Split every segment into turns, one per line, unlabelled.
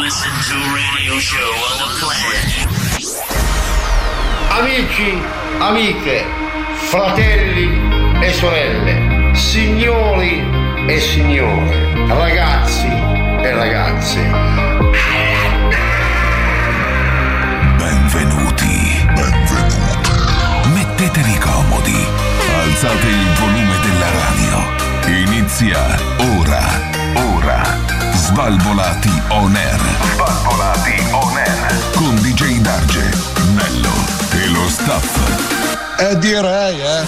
Listen to radio show on the planet.
Amici, amiche, fratelli e sorelle, signori e signore, ragazzi e ragazze.
Benvenuti. Benvenuti. Mettetevi comodi. Alzate il volume della radio. Inizia ora. Ora. Svalvolati on air. Svalvolati on air. Con DJ Darge, Nello e lo staff. E direi, eh.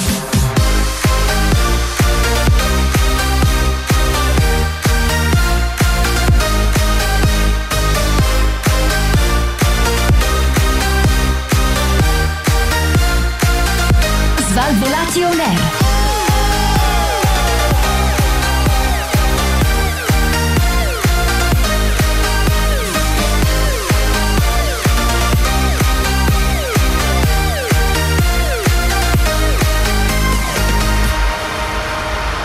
Svalvolati on air.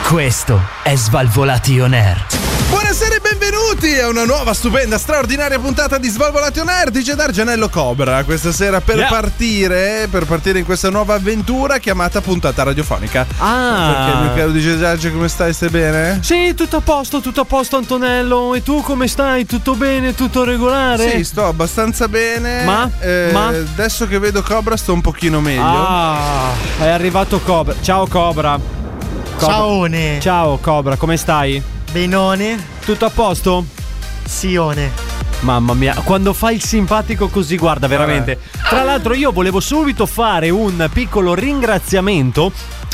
Questo è Svalvolati On Air.
Buonasera e benvenuti a una nuova, stupenda, straordinaria puntata di Svalvolati On Air di Gedar Gianello Cobra. Questa sera per
Yeah.
partire, per partire in questa nuova avventura chiamata puntata radiofonica.
Ah.
Perché mio caro DJ Darge, come stai? Stai bene?
Sì, tutto a posto, tutto a posto Antonello. E tu come stai? Tutto bene? Tutto regolare?
Sì, sto abbastanza bene.
Ah, Ma?
Eh,
Ma?
Adesso che vedo Cobra sto un pochino meglio.
Ah, è arrivato Cobra. Ciao Cobra.
Ciaone.
Ciao Cobra, come stai?
Benone.
Tutto a posto?
Sione.
Mamma mia, quando fai il simpatico così, guarda veramente. Tra l'altro io volevo subito fare un piccolo ringraziamento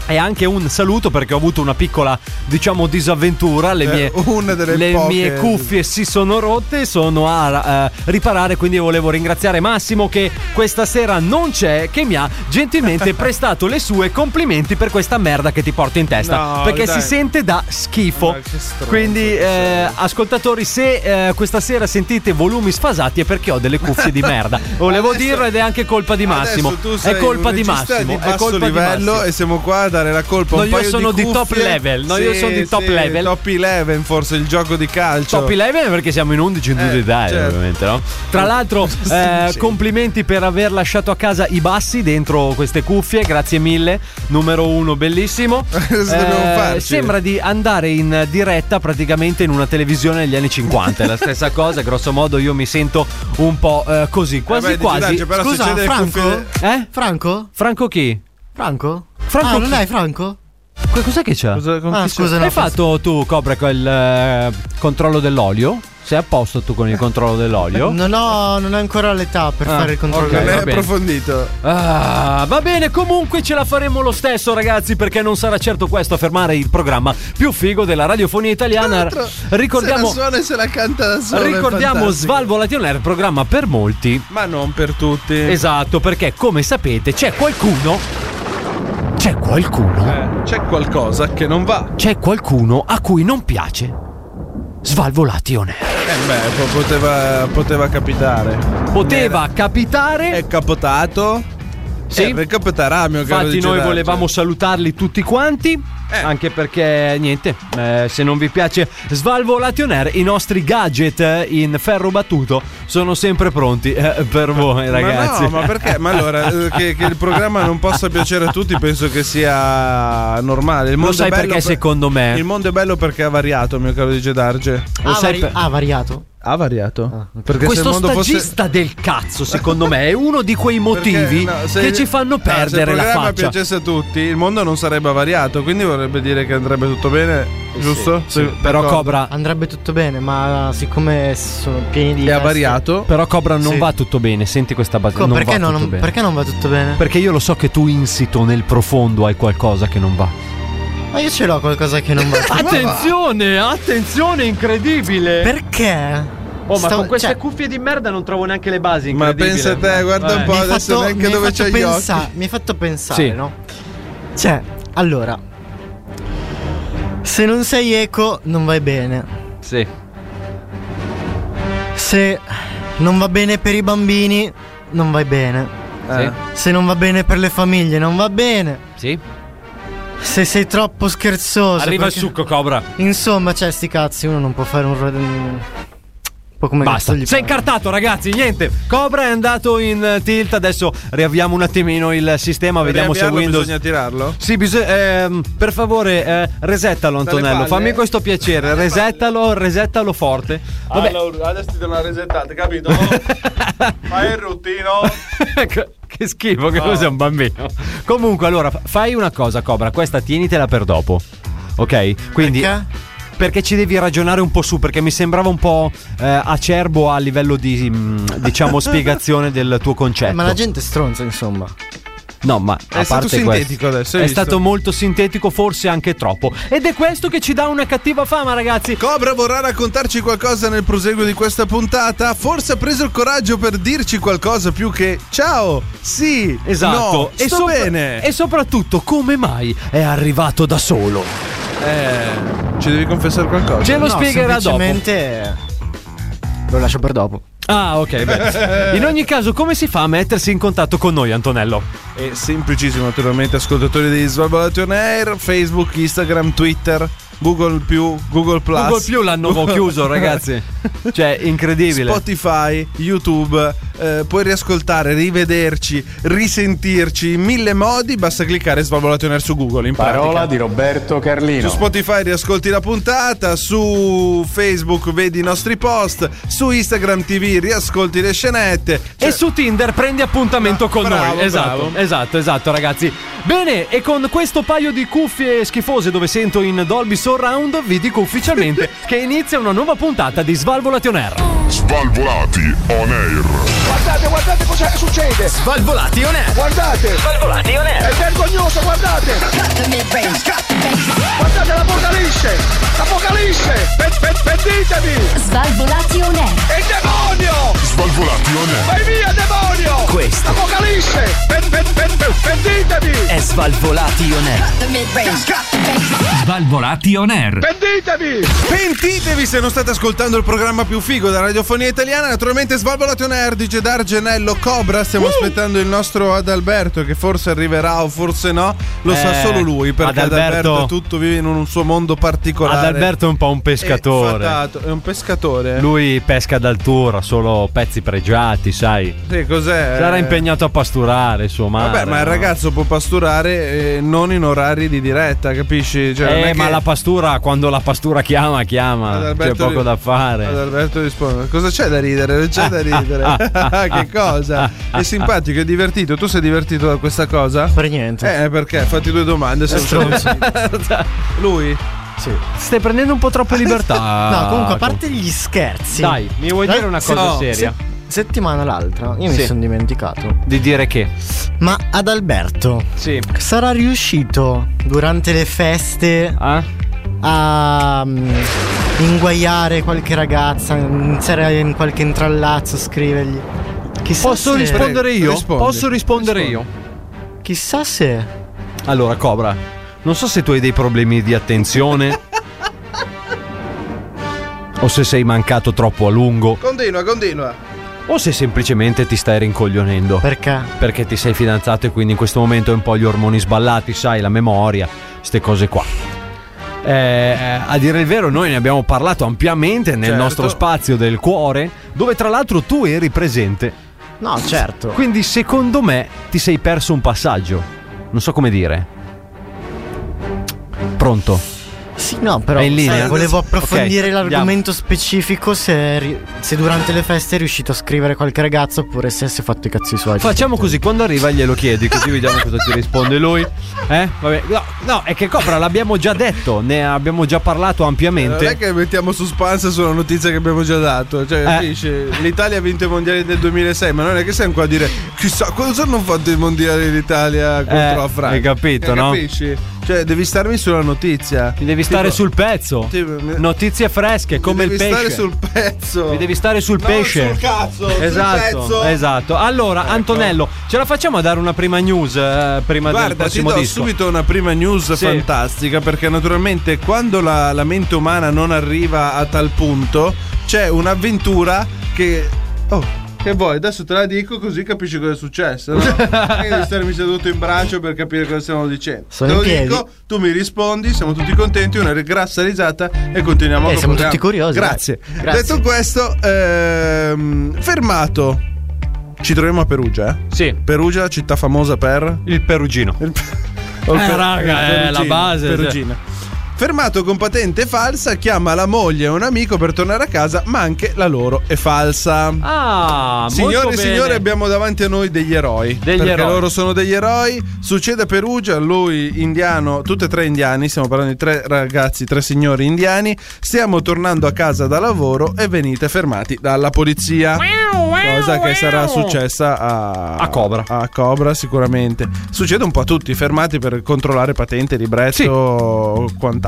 e anche un saluto perché ho avuto una piccola, diciamo, disavventura. Le
Eh,
mie,
una delle
le
poche-
mie cuffie si sono rotte, sono a eh, riparare, quindi volevo ringraziare Massimo che questa sera non c'è, che mi ha gentilmente prestato le sue complimenti per questa merda che ti porto in testa.
No,
perché
dai.
si sente da schifo.
Ma che stronzo
Quindi,
che sei.
eh, ascoltatori, se eh, questa sera sentite volumi sfasati è perché ho delle cuffie di merda. Volevo
Adesso-
dirlo ed è anche colpa di Massimo.
Adesso tu sei
È colpa
un
di
regista
Massimo.
Di
è
basso
colpa di
livello
Massimo.
e siamo qua a dare la colpa. a
No,
un
io
paio
sono di
cuffie.
top level, no, io sono di top
sì,
level.
Top 11 forse il gioco di calcio.
Top 11 perché siamo in 11 in
Eh,
tutti i dai,
certo.
ovviamente, no? Tra l'altro, eh, complimenti per aver lasciato a casa i bassi dentro queste cuffie, grazie mille. Numero uno, bellissimo. Eh,
Cosa dobbiamo farci?
Sembra di andare in diretta praticamente in una televisione degli anni 50. È la stessa cosa, grosso modo, io mi sento un po' eh, così, quasi
Vabbè,
quasi.
dici, dai, però se
Scusa,
c'è delle
Franco?
cuffie-
Eh?
Franco?
Franco chi?
Franco?
Franco
ah,
chi?
non è Franco?
Que- Cos'è che c'è?
Cosa- con
Ah,
chi c'è?
scusa, no.
Hai
forse-
fatto tu, Cobra, il controllo dell'olio? Sei a posto tu con il controllo dell'olio?
Non ho, non ho ancora l'età per
Ah,
fare il controllo.
ok.
Non è
va bene.
approfondito.
Ah, va bene, comunque ce la faremo lo stesso, ragazzi, perché non sarà certo questo a fermare il programma più figo della radiofonia italiana.
Tra l'altro,
Ricordiamo,
Se la suona e se la canta da solo. è
ricordiamo
fantastico.
Svalvolati on Air, programma per molti.
Ma non per tutti.
Esatto, perché come sapete c'è qualcuno. C'è qualcuno.
Eh, c'è qualcosa che non va.
C'è qualcuno a cui non piace. Svalvolati on Air.
Eh beh, po- poteva, poteva capitare.
Poteva capitare.
È capotato.
Sì.
Eh, per capotarà, mio caro
Infatti,
DJ
noi
Darge.
volevamo salutarli tutti quanti.
cioè. Eh.
Anche perché, niente, eh, se non vi piace Svalvolati on Air, i nostri gadget eh, in ferro battuto sono sempre pronti eh, per voi, ragazzi.
Ma no, ma perché? Ma allora, eh, che, che il programma non possa piacere a tutti penso che sia normale. Il
Lo
mondo
sai
è bello
perché, secondo me-
Il mondo è bello perché ha variato, mio caro DJ Darge.
Lo
Ah,
sai
vari-
per-
ah, variato. Ah,
Ha variato? Perché
questo
se il mondo fosse...
stagista del cazzo, secondo me, è uno di quei motivi
Perché, no, se-
che ci fanno
no, se il
perdere la
programma
faccia.
piacesse a tutti, il mondo non sarebbe variato, quindi vorrebbe dire che andrebbe tutto bene, giusto?
Eh Sì,
Se-
però
d'accordo.
Cobra,
Andrebbe tutto bene, ma siccome sono pieni di.
E ha
teste-
variato.
però Cobra non
Sì.
va tutto bene. Senti questa battuta.
Co-
non
perché,
va
no,
tutto
non,
bene.
perché non va tutto bene?
Perché io lo so che tu insito nel profondo hai qualcosa che non va.
Ma io ce l'ho qualcosa che non va.
Attenzione, Eh, attenzione, incredibile.
perché?
oh, ma
Stavo-
con queste
cioè,
cuffie di merda non trovo neanche le basi.
Ma
incredibile.
pensa te, guarda un
Eh.
po'
mi hai
adesso
fatto-
neanche
mi hai
dove
fatto
c'è gli occhi.
pensa- Mi hai fatto pensare,
Sì.
no? Cioè, allora. Se non sei eco, non vai bene.
Sì.
Se non va bene per i bambini, non vai bene.
Eh.
Se non va bene per le famiglie, non va bene.
Sì. Sì.
Se sei troppo scherzoso.
Arriva il
perché-
succo, Cobra.
Insomma, cioè, sti cazzi, uno non può fare un. ro- po' come
Basta.
cazzo gli
Sei
pare.
incartato, ragazzi. Niente. Cobra è andato in eh, tilt. Adesso riavviamo un attimino il sistema. Vediamo se
Riavviarlo,
Windows.
Bisogna tirarlo?
Sì, bisog- ehm, per favore, eh, resettalo, Antonello.
palle.
Fammi questo piacere. Resettalo, resettalo forte. Vabbè.
Allora, adesso ti do una resettata, capito? Fai il routino.
Ecco, che schifo, che tu sei un bambino. Comunque, allora, fa- fai una cosa, Cobra. Questa tienitela per dopo. Ok? Quindi.
Perché?
Perché ci devi ragionare un po' su, perché mi sembrava un po' eh, acerbo a livello di, mm, diciamo, spiegazione del tuo concetto.
Ma la gente è stronza, insomma.
No, ma
È
a
stato
parte
sintetico
questo,
adesso, hai
È
visto?
stato molto sintetico, forse anche troppo. Ed è questo che ci dà una cattiva fama, ragazzi.
Cobra vorrà raccontarci qualcosa nel proseguo di questa puntata? Forse ha preso il coraggio per dirci qualcosa più che ciao, sì,
Esatto.
no,
e,
sto
sopra-
bene.
e soprattutto, come mai è arrivato da solo?
Eh, ci devi confessare qualcosa.
Ce lo
no,
spiegherà dopo.
semplicemente Lo lascio per dopo.
Ah, ok. Beh. In ogni caso, come si fa a mettersi in contatto con noi, Antonello?
È semplicissimo, naturalmente, ascoltatori di Svalvolati On Air, Facebook, Instagram, Twitter, Google+, Google+, Plus,
Google più l'hanno chiuso, ragazzi. Cioè, incredibile.
Spotify, YouTube, eh, puoi riascoltare, rivederci, risentirci in mille modi, basta cliccare Svalvolati On Air su Google, in pratica.
di Roberto
Su
Carlino.
Spotify riascolti la puntata, su Facebook vedi i nostri post, su Instagram TV riascolti le scenette. Cioè-
e su Tinder prendi appuntamento con
bravo,
noi. Esatto,
bravo.
esatto, esatto, ragazzi. Bene, e con questo paio di cuffie schifose dove sento in Dolby Surround, vi dico ufficialmente che inizia una nuova puntata di Svalvolati On Air.
Svalvolati on air.
Guardate, guardate cosa succede.
Svalvolati on air.
Guardate,
Svalvolati on air.
è vergognoso, guardate. Guardate l'apocalisse, l'apocalisse. Pe- pe- Pentitevi,
Svalvolati on air.
è il demonio.
Svalvolati on air.
Vai via, demonio.
Questo.
L'apocalisse, Pe- pe- pe- pe- pentitevi,
È Svalvolati on air. Svalvolati on air.
pentitevi.
Pentitevi se non state ascoltando il programma più figo della radiofonia italiana. Naturalmente Svalvolati on Air dice Dargenello Cobra. Stiamo aspettando il nostro Adalberto che forse arriverà o forse no. Lo sa
Eh,
solo lui perché Adalberto,
Adalberto-
tutto vive in un suo mondo particolare.
Adalberto è un po' un
È
pescatore.
fatato, È, un pescatore.
Eh, Lui pesca d'altura, solo pezzi pregiati, sai.
Sì, cos'è?
Sarà impegnato a pasturare il suo mare.
Eh. Vabbè, ma il
no?
ragazzo può pasturare eh, non in orari di diretta, capisci? Cioè, non
Eh,
è
ma
che-
la pastura, quando la pastura chiama, chiama. C'è
Adalberto
poco
ri-
da fare.
Adalberto risponde: Cosa c'è da ridere? Non c'è da ridere. che cosa? È simpatico, è divertito. Tu sei divertito da questa cosa?
Per niente.
Eh, perché? Fatti due domande. Se Lui?
Stai prendendo un po' troppe libertà. Ecco.
no, comunque, a parte gli scherzi.
Ah,
Eh,
Dai, mi vuoi
Dai,
dire una
se-
cosa
no,
seria?
Settimana l'altra, io
Sì.
mi sono dimenticato.
Di dire che?
Ma ad Alberto
Sì.
sarà riuscito durante le feste
Ah?
a mm, inguaiare qualche ragazza, iniziare in qualche intrallazzo, scrivergli. Chissà
Posso
se-
rispondere
Prego,
io?
rispondi.
Posso rispondere io?
Chissà se.
Allora, Cobra, non so se tu hai dei problemi di attenzione. o se sei mancato troppo a lungo.
Continua, continua.
O se semplicemente ti stai rincoglionendo.
Perché?
Perché ti sei fidanzato e quindi in questo momento hai un po' gli ormoni sballati, sai, la memoria, queste cose qua. Eh, eh, a dire il vero, noi ne abbiamo parlato ampiamente nel
Certo.
nostro spazio del cuore, dove tra l'altro tu eri presente.
No, certo.
Quindi, secondo me, ti sei perso un passaggio. Non so come dire. Pronto?
Sì, no, però
È in linea?
sai, volevo approfondire
Ok,
l'argomento specifico se, ri- se durante le feste è riuscito a scrivere qualche ragazzo oppure se si è fatto i cazzi suoi.
Facciamo così, quando arriva glielo chiedi, così vediamo cosa ti risponde lui. Eh? Vabbè, no, no, è che Cobra l'abbiamo già detto, ne abbiamo già parlato
Eh, Non è
ampiamente.
che mettiamo suspense sulla notizia che abbiamo già dato.
Eh,
Cioè, capisci? L'Italia ha vinto i mondiali del 2006, ma non è che siamo qua a dire chissà cosa hanno fatto i mondiali l'Italia contro
Eh,
la Francia.
hai capito,
Eh,
no?
Capisci? Cioè, devi starmi sulla notizia.
Ti devi stare
Tipo-
sul pezzo.
Tipo, mi-
Notizie fresche, come il
devi
pesce.
stare sul pezzo.
Mi devi stare sul
Non
pesce.
sul cazzo, sul
Esatto,
pezzo. Ecco.
esatto. Allora, Antonello, ce la facciamo a dare una prima news eh, prima del
Guarda, ti
prossimo
do
disco?
subito una prima news
Sì.
fantastica perché naturalmente quando la, la mente umana non arriva a tal punto c'è un'avventura che... Oh, Che vuoi? Adesso te la dico così capisci cosa è successo. No? Perché devi starmi seduto in braccio per capire cosa stiamo dicendo.
Sono
te lo
in piedi.
dico, tu mi rispondi, siamo tutti contenti, una grassa risata e continuiamo
Eh,
col
siamo
programma.
tutti curiosi, dai.
Grazie.
Grazie.
Detto questo, ehm, fermato. Ci troviamo a Perugia, eh?
Sì.
Perugia, città famosa per
Il Perugino.
il
Eh, raga, è la base, cioè.
Perugina. Fermato con patente falsa, chiama la moglie e un amico per tornare a casa, ma anche la loro è falsa.
Ah,
Signore
molto
e
bene.
signori, abbiamo davanti a noi degli eroi.
Degli
perché
eroi.
loro sono degli eroi. Succede a Perugia, lui indiano, tutti e tre indiani. Stiamo parlando di tre ragazzi, tre signori indiani. Stiamo tornando a casa da lavoro e venite fermati dalla polizia. Cosa che
oh.
sarà successa a,
A Cobra.
a Cobra, sicuramente. Succede un po' a tutti, fermati per controllare patente, libretto
Sì.
o quant'altro.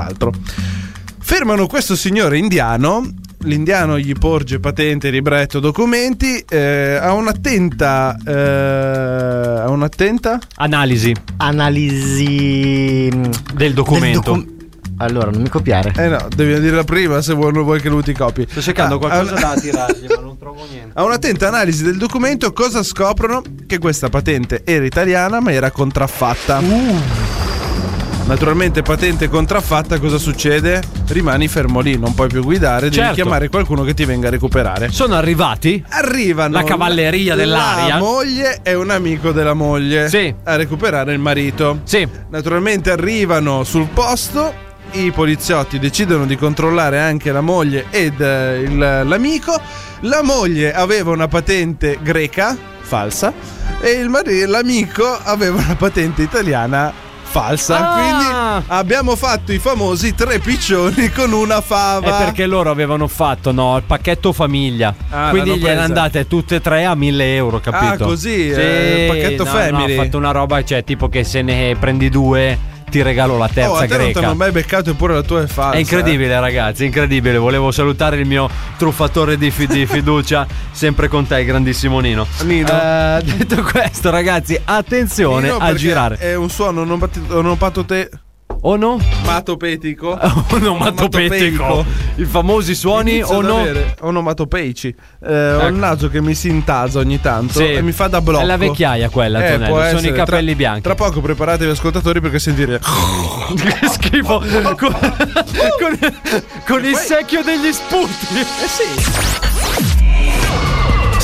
Fermano questo signore indiano. L'indiano gli porge patente, libretto, documenti. eh, ha un'attenta. eh, ha un'attenta.
Analisi
Analisi mm,
del documento.
del docu- allora, non mi copiare.
Eh no, devi dirla prima se vuoi, non vuoi che lui ti copi.
Sto cercando
Ah,
qualcosa
ha-
da tirargli, ma non trovo niente.
A un'attenta analisi del documento cosa scoprono? Che questa patente era italiana ma era contraffatta. Naturalmente patente contraffatta cosa succede? Rimani fermo lì, non puoi più guidare, devi
Certo.
chiamare qualcuno che ti venga a recuperare.
Sono arrivati?
Arrivano
La cavalleria dell'aria.
La moglie e un amico della moglie
Sì.
a recuperare il marito.
Sì.
Naturalmente arrivano sul posto. I poliziotti decidono di controllare anche la moglie ed eh, il- l'amico. La moglie aveva una patente greca falsa e il mari- l'amico aveva una patente italiana falsa.
Ah.
Quindi abbiamo fatto i famosi tre piccioni con una
È
fava.
perché loro avevano fatto no, il pacchetto famiglia.
Ah,
Quindi
l'hanno
gliele
presa.
andate tutte e tre a 1000 euro, capito?
Ah, così, eh, pacchetto
no,
family.
No, ho fatto una roba, cioè, tipo che se ne prendi due, ti regalo la terza
Oh, a te non ti
greca.
hanno mai beccato eppure la tua è falsa.
È
eh.
incredibile, ragazzi, incredibile. Volevo salutare il mio truffatore di, fi- di fiducia, sempre con te, grandissimo Nino.
Nino.
Eh, detto questo, ragazzi, attenzione
Nino,
a
perché
girare.
È un suono non, pati- non patote-
O no?
matopetico.
Onomatopetico. I famosi suoni
Inizio
o
ad
no? Ecco.
avere onomatopeici. Eh, Ho il naso che mi si intasa ogni tanto
Sì.
e mi fa da blocco.
È la vecchiaia quella,
Eh,
Antonello.
può
Sono i
essere.
capelli
Tra-
bianchi.
Tra poco preparatevi ascoltatori perché sentire
che schifo. con, con- con il secchio degli sputi. Eh sì.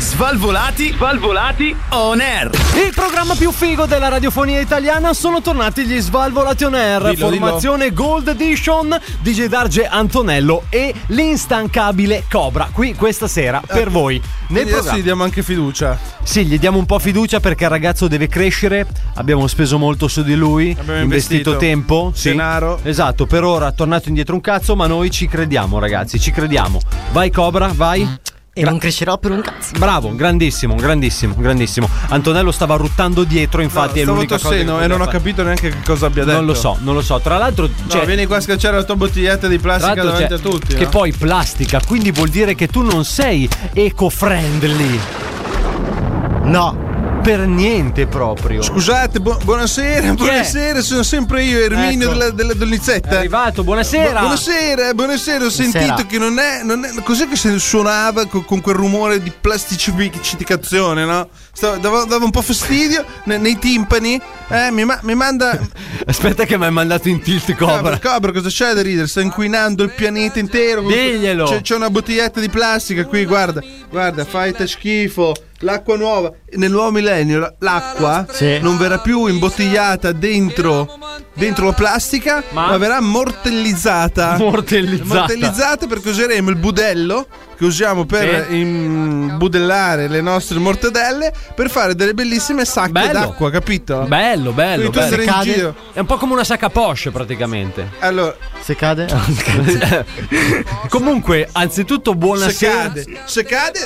Svalvolati. Svalvolati on air.
Il programma più figo della radiofonia italiana sono tornati gli Svalvolati on Air.
Dillo,
formazione Gold Edition DJ Darge Antonello e l'instancabile Cobra. Qui questa sera per voi. Nel
Eh, Quindi adesso
programma.
gli diamo anche fiducia.
Sì, gli diamo un po' fiducia perché il ragazzo deve crescere. Abbiamo speso molto su di lui.
Abbiamo
investito,
investito
tempo, sì.
denaro.
Esatto, per ora è tornato indietro un cazzo, ma noi ci crediamo, ragazzi, ci crediamo. Vai Cobra, vai.
E non crescerò per un cazzo.
Bravo, grandissimo, grandissimo, grandissimo. Antonello stava ruttando dietro, infatti è
Stavo
l'unica cosa che
tossendo e
poteva
non ho
fare.
capito neanche che cosa abbia detto.
Non lo so, non lo so. Tra l'altro
No,
cioè,
vieni qua a schiacciare la tua bottiglietta di
tra
plastica
l'altro,
davanti
cioè,
a tutti. eh.
che
no?
poi plastica, quindi vuol dire che tu non sei eco-friendly
No.
per niente proprio.
Scusate, bu- buonasera, buonasera, sono sempre io, Erminio
Ecco.
della, della
È
Donizzetta.
arrivato,
Bu-
buonasera.
buonasera, buonasera, ho sentito
Buonasera.
che non è, non è- Cos'è che se suonava co- con, quel rumore di plasticificazione, no? Stavo- dava, dava un po' fastidio ne- nei timpani. Eh, mi, ma- mi manda.
Aspetta che mi hai mandato in tilt
Cobra.
Cobra.
Cobra, cosa c'è da ridere? Sta inquinando il pianeta intero.
Diglielo.
C'è, c'è una bottiglietta di plastica qui, guarda. Guarda, fate schifo. L'acqua nuova. Nel nuovo millennio la- l'acqua
Sì.
non verrà più imbottigliata dentro, dentro la plastica, ma,
Ma?
verrà mortellizzata.
Mortellizzata.
Mortellizzata perché useremo il budello che usiamo per
Sì.
im- budellare le nostre mortadelle per fare delle bellissime sacche
Bello.
d'acqua, capito?
Bello, bello.
Quindi tu
bello.
andrai in
Cade.
giro.
È un po' come una sacca Porsche praticamente.
Allora,
Se cade.
Comunque, anzitutto
se
buonasera.
cade, se cade,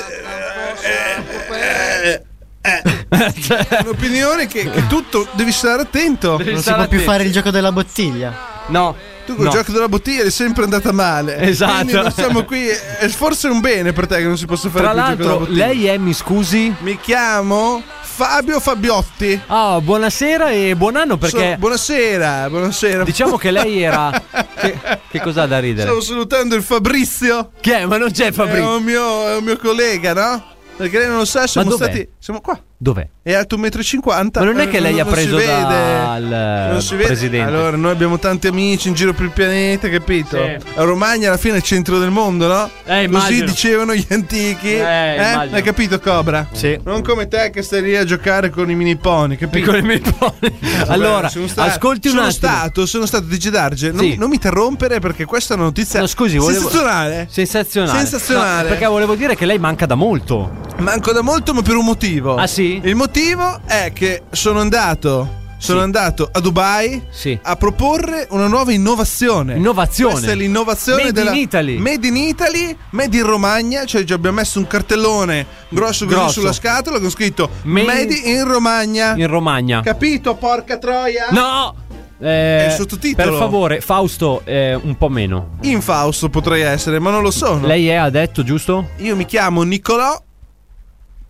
eh, eh, eh, eh. un'opinione che, che tutto devi stare attento.
Cioè, Devi
non si
stare
può più
attenti.
fare il gioco della bottiglia.
No,
Tu col
No.
gioco della bottiglia è sempre andata male.
Esatto.
Quindi non siamo qui. È forse un bene per te che non si possa fare
Tra
più il gioco della
l'altro,
bottiglia.
lei è, mi scusi?
Mi chiamo Fabio Fabiotti.
Ah, buonasera e buon anno perché
So- buonasera, buonasera.
diciamo che lei era. Che, che cos'ha da ridere?
Stavo salutando il Fabrizio.
Chi è? Ma non c'è
È
Fabrizio.
un, mio, è un mio collega, no? Perché lei non lo sa, siamo
dov'è?
stati. Siamo qua.
Dov'è?
È alto 1,50 m.
Ma non è che lei ha preso
Eh, si vede.
dal eh,
Non si vede.
presidente.
Allora, noi abbiamo tanti amici in giro per il pianeta, capito?
Sì.
La Romagna alla fine è il centro del mondo, no?
Eh,
Così
immagino.
dicevano gli antichi.
Eh, immagino.
Hai capito, Cobra?
Sì.
Non come te che stai lì a giocare con i mini pony, capito?
Piccoli meloni. Allora,
Sono sta-
ascolti un
sono
attimo.
Stato, sono stato di Gedarge. Non,
Sì.
non mi interrompere perché questa è una notizia
No, scusi, volevo-
sensazionale.
Sensazionale.
Sensazionale.
No, perché volevo dire che lei manca da molto.
Manco da molto, ma per un motivo.
Ah, sì?
Il motivo è che sono andato. Sono
Sì.
andato a Dubai
Sì.
a proporre una nuova innovazione.
Innovazione.
Questa è l'innovazione
Made
della
in Italy.
Made in Italy, Made in Romagna. Cioè, già abbiamo messo un cartellone grosso, così
Grosso.
sulla scatola con scritto
Made-
Made, in Romagna.
In Romagna.
Capito, porca troia?
No! Eh,
il sottotitolo.
Per favore, Fausto, eh, un po' meno.
Infausto potrei essere, ma non lo sono.
Lei è detto giusto?
Io mi chiamo Nicolò.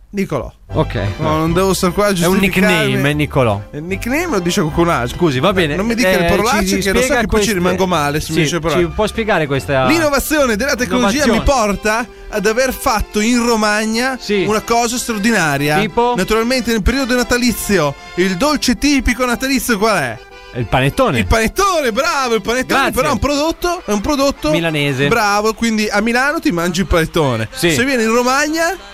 Nicolò.
Ok.
No, non devo stare qua a
È un
giustificarmi.
nickname, è Nicolò.
Il Eh, nickname lo dice qualcun altro. Eh,
Scusi, va bene. Eh,
Non mi dica le parolacce
ci
che lo so
spiega
che poi ci rimango male se mi
Sì,
dice parolacce.
Ci può spiegare questa.
L'innovazione della tecnologia
Ah. Innovazione.
mi porta ad aver fatto in Romagna
Sì.
una cosa straordinaria.
Tipo?
Naturalmente nel periodo natalizio, il dolce tipico natalizio qual è?
Il panettone.
Il panettone, bravo, il panettone
Grazie.
però è un prodotto, è un prodotto
Milanese.
Bravo, quindi a Milano ti mangi il panettone.
Sì.
Se vieni in Romagna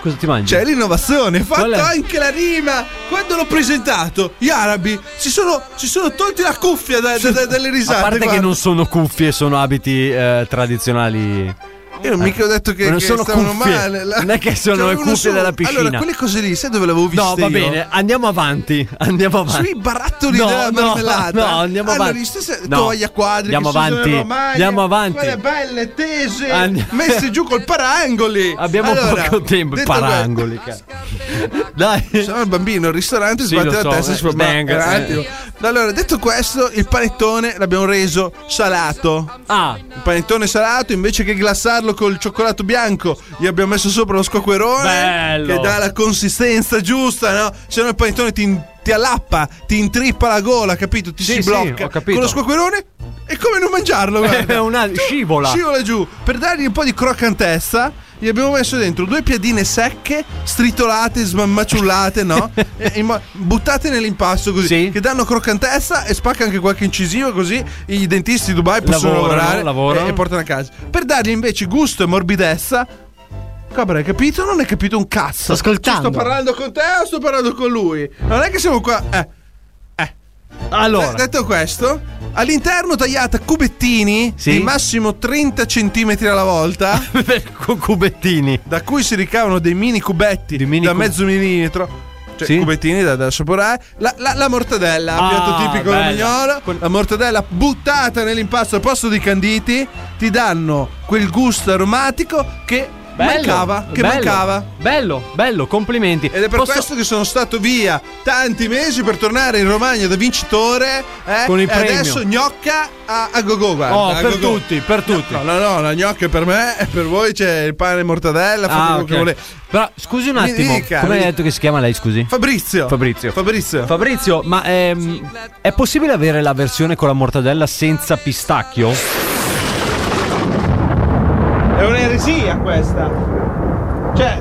Cosa ti mangi?
C'è l'innovazione, fatto
Qual è?
anche la rima. Quando l'ho presentato, gli arabi si sono, si sono tolti la cuffia da- da- da- dalle
A
risate.
parte che
guarda.
non sono cuffie, sono abiti eh, tradizionali.
Io non mica ho detto che,
Ma non
che
sono
stavano
cuffie.
male. la-
Non è che sono
Cioè,
le
uno
cuffie
solo.
della piscina.
Allora, quelle cose lì, sai dove le avevo viste?
No, va
io?
bene, andiamo avanti. Andiamo avanti.
Sui barattoli
No,
della
no,
marmellata.
No, andiamo
Hanno
avanti.
visto se-
No.
Toglia quadri.
Andiamo
che si usano in
avanti.
Romagna,
Andiamo avanti.
Quelle belle tese.
Andi-
Messe giù col parangoli.
Abbiamo
Allora,
poco tempo.
detto questo-
Parangoli. cazzo. Dai.
Se no il bambino al ristorante sbatte
lo
la
so,
testa e
eh,
si fa ma-
bang,
un
eh.
attimo. Allora, detto questo, il panettone l'abbiamo reso salato.
Ah,
Il panettone salato, invece che glassarlo col cioccolato bianco, gli abbiamo messo sopra lo squacquerone
Bello.
che dà la consistenza giusta, no? Se no il panettone ti, ti allappa, ti intrippa la gola, capito? Ti
Sì,
si
sì,
blocca
ho capito.
con lo squacquerone. E come non mangiarlo? guarda.
È una-
Tu
scivola.
Scivola giù. Per dargli un po' di croccantezza, gli abbiamo messo dentro due piadine secche, stritolate, smammacciullate, no? E- e mo- buttate nell'impasto così.
Sì.
Che danno croccantezza e spacca anche qualche incisivo così i dentisti di Dubai possono
Lavorano,
lavorare
lavorano.
E, e portano a casa. Per dargli invece gusto e morbidezza. Cobra, hai capito? Non hai capito un cazzo.
Sto ascoltando.
Sto parlando con te o sto parlando con lui? Non è che siamo qua. Eh.
allora.
D- Detto questo, all'interno tagliata cubettini
Sì.
di massimo 30 cm alla volta,
Con cubettini.
da cui si ricavano dei mini cubetti
Di mini
da
cu-
mezzo millimetro. Cioè,
Sì.
cubettini da, da assaporare. La, la- la mortadella,
Ah,
piatto tipico
bella.
romagnolo. La mortadella buttata nell'impasto al posto dei canditi ti danno quel gusto aromatico che mancava. Che
bello,
mancava.
Bello, bello, complimenti.
Ed è per
Posso-
questo che sono stato via tanti mesi per tornare in Romagna da vincitore. eh,
Con il
e
premio.
adesso gnocca a, a gogo. Guarda,
Oh,
a
per
gogo.
tutti, per tutti.
No, no, no, la gnocca è per me e per voi c'è il pane e mortadella. fate
Ah,
quello che
ok.
volete.
Però scusi un
Mi
attimo,
dica,
come
mi
hai
dica.
detto che si chiama lei, scusi?
Fabrizio.
Fabrizio.
Fabrizio.
Fabrizio, ma ehm, è possibile avere la versione con la mortadella senza pistacchio?
È un'eresia questa. Cioè,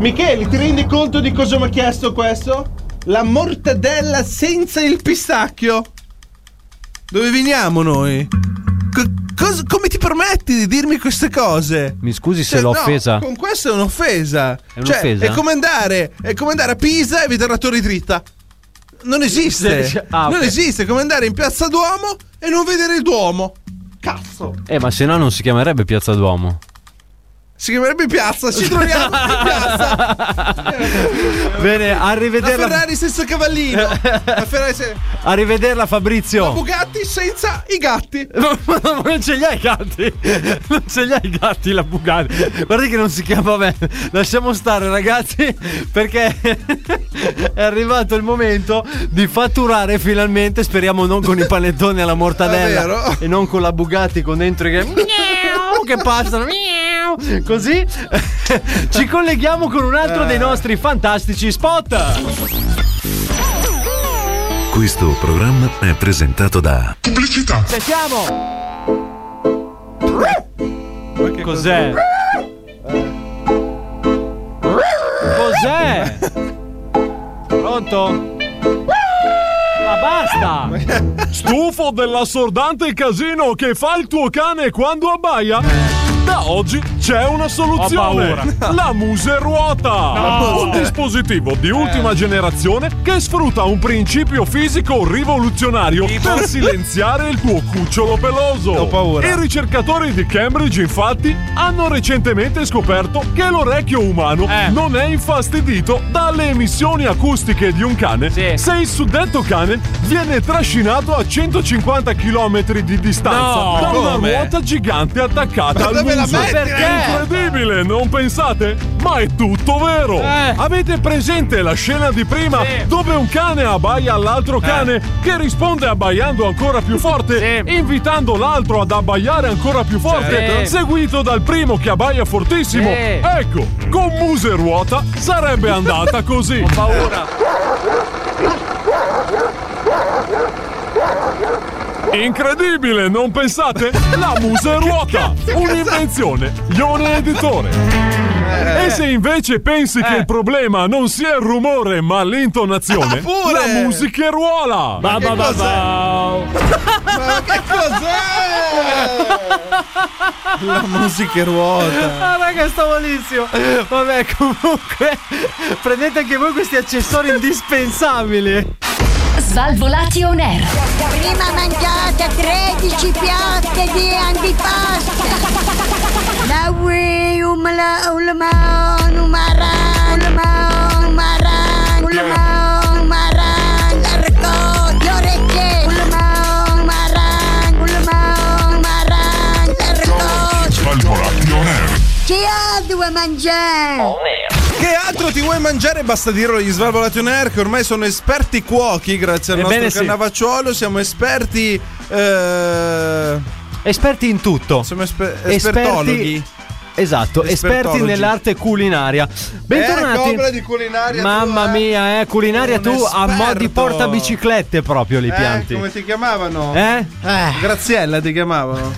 Michele, ti rendi conto di cosa mi ha chiesto questo? La mortadella senza il pistacchio. Dove veniamo noi? Co- cosa- come ti permetti di dirmi queste cose?
Mi scusi se
Cioè,
l'ho
no,
offesa.
Con questo è un'offesa.
È un'offesa?
Cioè, è come andare, è come andare a Pisa e vedere la torre dritta. Non esiste.
Ah, ok.
Non esiste, è come andare in Piazza Duomo e non vedere il Duomo. Cazzo.
Eh, ma se no non si chiamerebbe Piazza Duomo.
Si chiamerebbe Piazza. Ci troviamo in piazza.
Bene, a
La
rivederla,
Ferrari senza cavallino. La Ferrari se-
a rivederla
la
Fabrizio.
Bugatti senza i gatti.
Ma non ce li hai i gatti? Non ce li hai i gatti la Bugatti? Guarda che non si chiama bene. Lasciamo stare ragazzi perché è arrivato il momento di fatturare finalmente, speriamo non con i panettoni alla
È
mortadella
vero.
e non con la Bugatti con dentro i che miau, che passano miau. Così ci colleghiamo con un altro dei nostri fantastici spot.
Questo programma è presentato da
Pubblicità.
Sentiamo. Cos'è? Cos'è? Pronto? Ma basta! Stufo dell'assordante casino che fa il tuo cane quando abbaia? Da oggi c'è una soluzione! La museruota! Un dispositivo di ultima generazione che sfrutta un principio fisico rivoluzionario per silenziare il tuo cucciolo peloso.
Ho paura.
I ricercatori di Cambridge, infatti, hanno recentemente scoperto che l'orecchio umano
Eh.
non è infastidito dalle emissioni acustiche di un cane se il suddetto cane viene trascinato a 150 km di distanza da una
come?
ruota gigante attaccata
Ma
al
dove la
muso.
metti?
È incredibile, non pensate? Ma è tutto vero! Avete presente la scena di prima dove un cane abbaia all'altro cane che risponde abbaiando ancora più forte, invitando l'altro ad abbaiare ancora più forte, seguito dal primo che abbaia fortissimo. Ecco, con muso e ruota sarebbe andata così. Ho paura. Incredibile, non pensate? La musa e ruota, un'invenzione, Ione Editore.
Eh.
E se invece pensi che il problema non sia il rumore ma l'intonazione,
Ah, pure!
la musica ruola. Ma
che Cos'è? La musica ruota.
Ah, raga, sta malissimo. Vabbè, comunque, prendete anche voi questi accessori indispensabili.
Svalvolati on air.
Prima mangiate 13 piatte di antipasto. La um, ui, umla, ulman, umaran, ulman, umaran, ulman, umaran, l'arco, um, le orecchie, Um, ulman, umaran, ulman, umaran, l'arco.
Svalvolati on air.
um, Chi ha due mangiare?
Che altro ti vuoi mangiare? Basta dirlo agli Svalvolati on Air che ormai sono esperti cuochi grazie al
Ebbene
nostro
sì.
cannavacciuolo. Siamo esperti. eh,
Esperti in tutto.
siamo esper- espertologhi.
Esatto, esperti
Espertologi.
nell'arte culinaria.
Eh,
Bentornati.
cobra di culinaria.
Mamma
tu, eh.
mia, eh, culinaria
Un
tu a mo' di
esperto.
porta biciclette proprio li
Eh,
pianti.
come ti chiamavano?
Eh?
Eh,
Graziella ti chiamavano.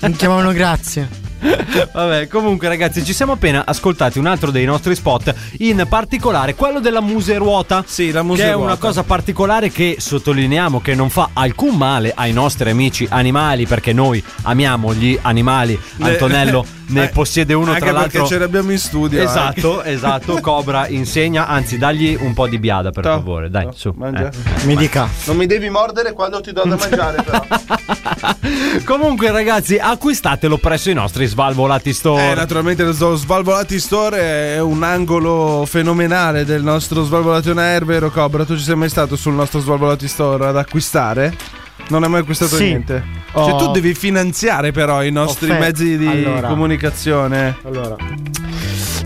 mi chiamavano grazie.
Vabbè, comunque ragazzi, ci siamo appena ascoltati un altro dei nostri spot, in particolare quello della museruota.
Sì,
Che
la
è
museruota.
una cosa particolare che sottolineiamo che non fa alcun male ai nostri amici animali, perché noi amiamo gli animali.
Le-
Antonello ne
Eh,
possiede uno
anche
tra l'altro.
perché ce l'abbiamo in studio. eh. anche.
Esatto, esatto. Cobra insegna, anzi, dagli un po' di biada per
Toh,
favore. Dai,
toh,
su.
mangia.
eh.
Mi dica.
Non mi devi mordere quando ti do da mangiare, però.
Comunque, ragazzi, acquistatelo presso i nostri svalvolati store.
Eh, naturalmente lo Svalvolati Store è un angolo fenomenale del nostro Svalvolati on Air, vero Cobra? Tu ci sei mai stato sul nostro Svalvolati Store ad acquistare? Non hai mai acquistato
Sì.
niente?
Ho-
Cioè tu devi finanziare però i nostri
Ho fe-
mezzi di Eh,
Allora.
comunicazione.
Allora.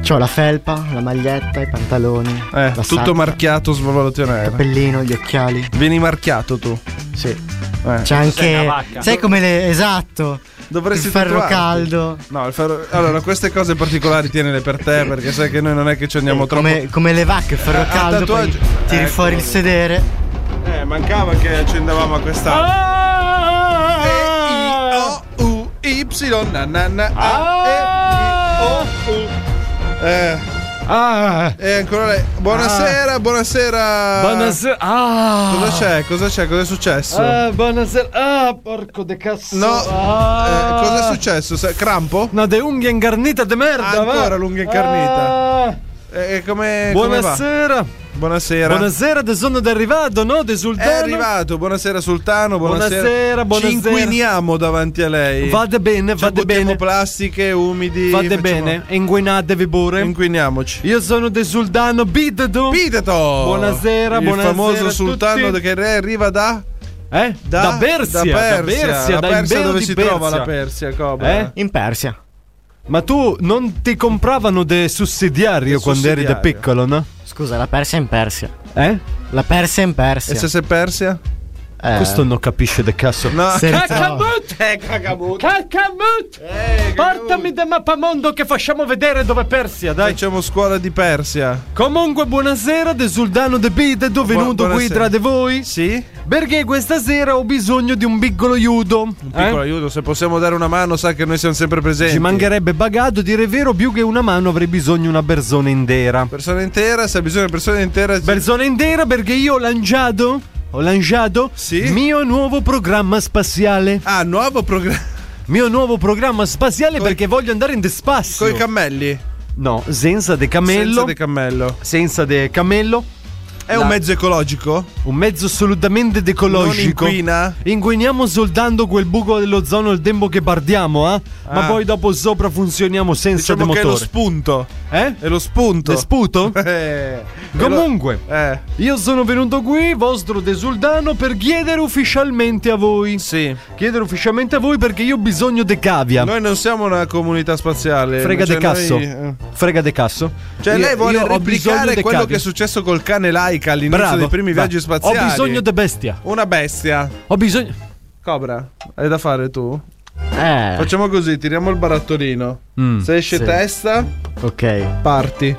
C'ho la felpa, la maglietta, i pantaloni.
Eh,
la
tutto
sacca,
marchiato Svalvolati on
Il
Air.
cappellino, gli occhiali.
Vieni marchiato tu.
Sì.
Eh.
C'è
una
anche.
vacca.
Sai come le. Esatto.
Dovresti
il ferro
tatuarti.
caldo.
No, il ferro- allora queste cose particolari tienile per te perché sai che noi non è che ci andiamo troppo.
Come, come le vacche, il ferro
Ah,
caldo. Poi
tatuaggio.
tiri
Ecco.
fuori il sedere.
Eh, mancava che accendavamo a quest'altro.
Ah!
T-I-O-U-Y na, na, na, A, E, I, O, U. Eh,
Ah,
e ancora lei. Buonasera, buonasera.
buonasera. Ah,
Cosa c'è? Cosa c'è? Cosa è successo?
Ah, buonasera. Ah, porco de cazzo.
no.
Ah.
Eh, cosa è successo? Sa- Crampo?
Una de unghia ingarnita de merda.
Ancora
va.
l'unghia incarnita.
Ah,
Eh, come come va?
buonasera.
Buonasera.
Buonasera, de sono d'arrivato, no? De
È
Sultano.
arrivato, buonasera Sultano, buonasera.
Buonasera, buonasera.
Ci inquiniamo davanti a lei.
Vade bene,
Cioè,
vade
buttiamo
bene.
plastiche, umidi.
Fate
facciamo-
bene, inguinatevi pure.
Inquiniamoci.
Io sono De Sultano, Bidedo.
Piteto!
Buonasera,
Oh, Il
buonasera a
famoso
tutti.
sultano che re arriva da.
Eh? Da, Persia, da Persia,
la
dal
Persia
impero
dove
di
si
Persia.
trova la Persia, Cobra?
Eh?
In Persia.
Ma tu non ti compravano de sussidiario
De
quando eri da
sussidiario.
piccolo, no?
Scusa, la Persia è in Persia.
Eh?
La Persia è in Persia.
E se sei Persia?
Eh,
Questo non capisce de cazzo.
No.
se ritrova-
Cacamut! Portami da mappamondo che facciamo vedere dove è Persia, dai.
Facciamo scuola di Persia.
Comunque, buonasera, De Sultano de Bidedo, venuto qui
buonasera.
tra di voi.
Sì?
Perché questa sera ho bisogno di un piccolo Eh? aiuto. Un
Piccolo aiuto, se possiamo dare una mano, sa che noi siamo sempre presenti.
Ci mancherebbe bagato, dire vero, più che una mano avrei bisogno di una persona intera.
Persona intera, se ha bisogno di persona intera.
Persona intera perché io ho lanciato, ho lanciato
Sì?
mio nuovo programma spaziale.
Ah, nuovo programma.
Mio nuovo programma spaziale perché voglio andare in
Con
spazio.
i cammelli.
no, senza de cammello.
Senza de cammello.
Senza de cammello.
È un mezzo ecologico?
Un mezzo assolutamente decologico.
Non inquina?
Inquiniamo soltanto quel buco dell'ozono il tempo che bardiamo, eh? Ma
Ah.
poi dopo sopra funzioniamo senza
Diciamo che è lo
demotore.
spunto.
eh?
È lo spunto.
De sputo?
Eh.
Comunque.
Eh.
Io sono venuto qui, vostro Desuldano, per chiedere ufficialmente a voi.
Sì.
Chiedere ufficialmente a voi perché io ho bisogno de cavia.
Noi non siamo una comunità spaziale.
Frega
cioè
de cazzo.
noi- eh.
Frega de cazzo.
Cioè,
Io-
lei vuole
io ho bisogno
replicare
de
quello
cavia.
che è successo col cane laica all'inizio
Bravo.
dei primi
va.
viaggi spaziali.
Ho bisogno de bestia.
Una bestia.
Ho bisogno.
Cobra, hai da fare tu?
Eh,
Facciamo così, tiriamo il barattolino.
Mm.
Se esce
sì.
testa,
ok. Eh.
parti.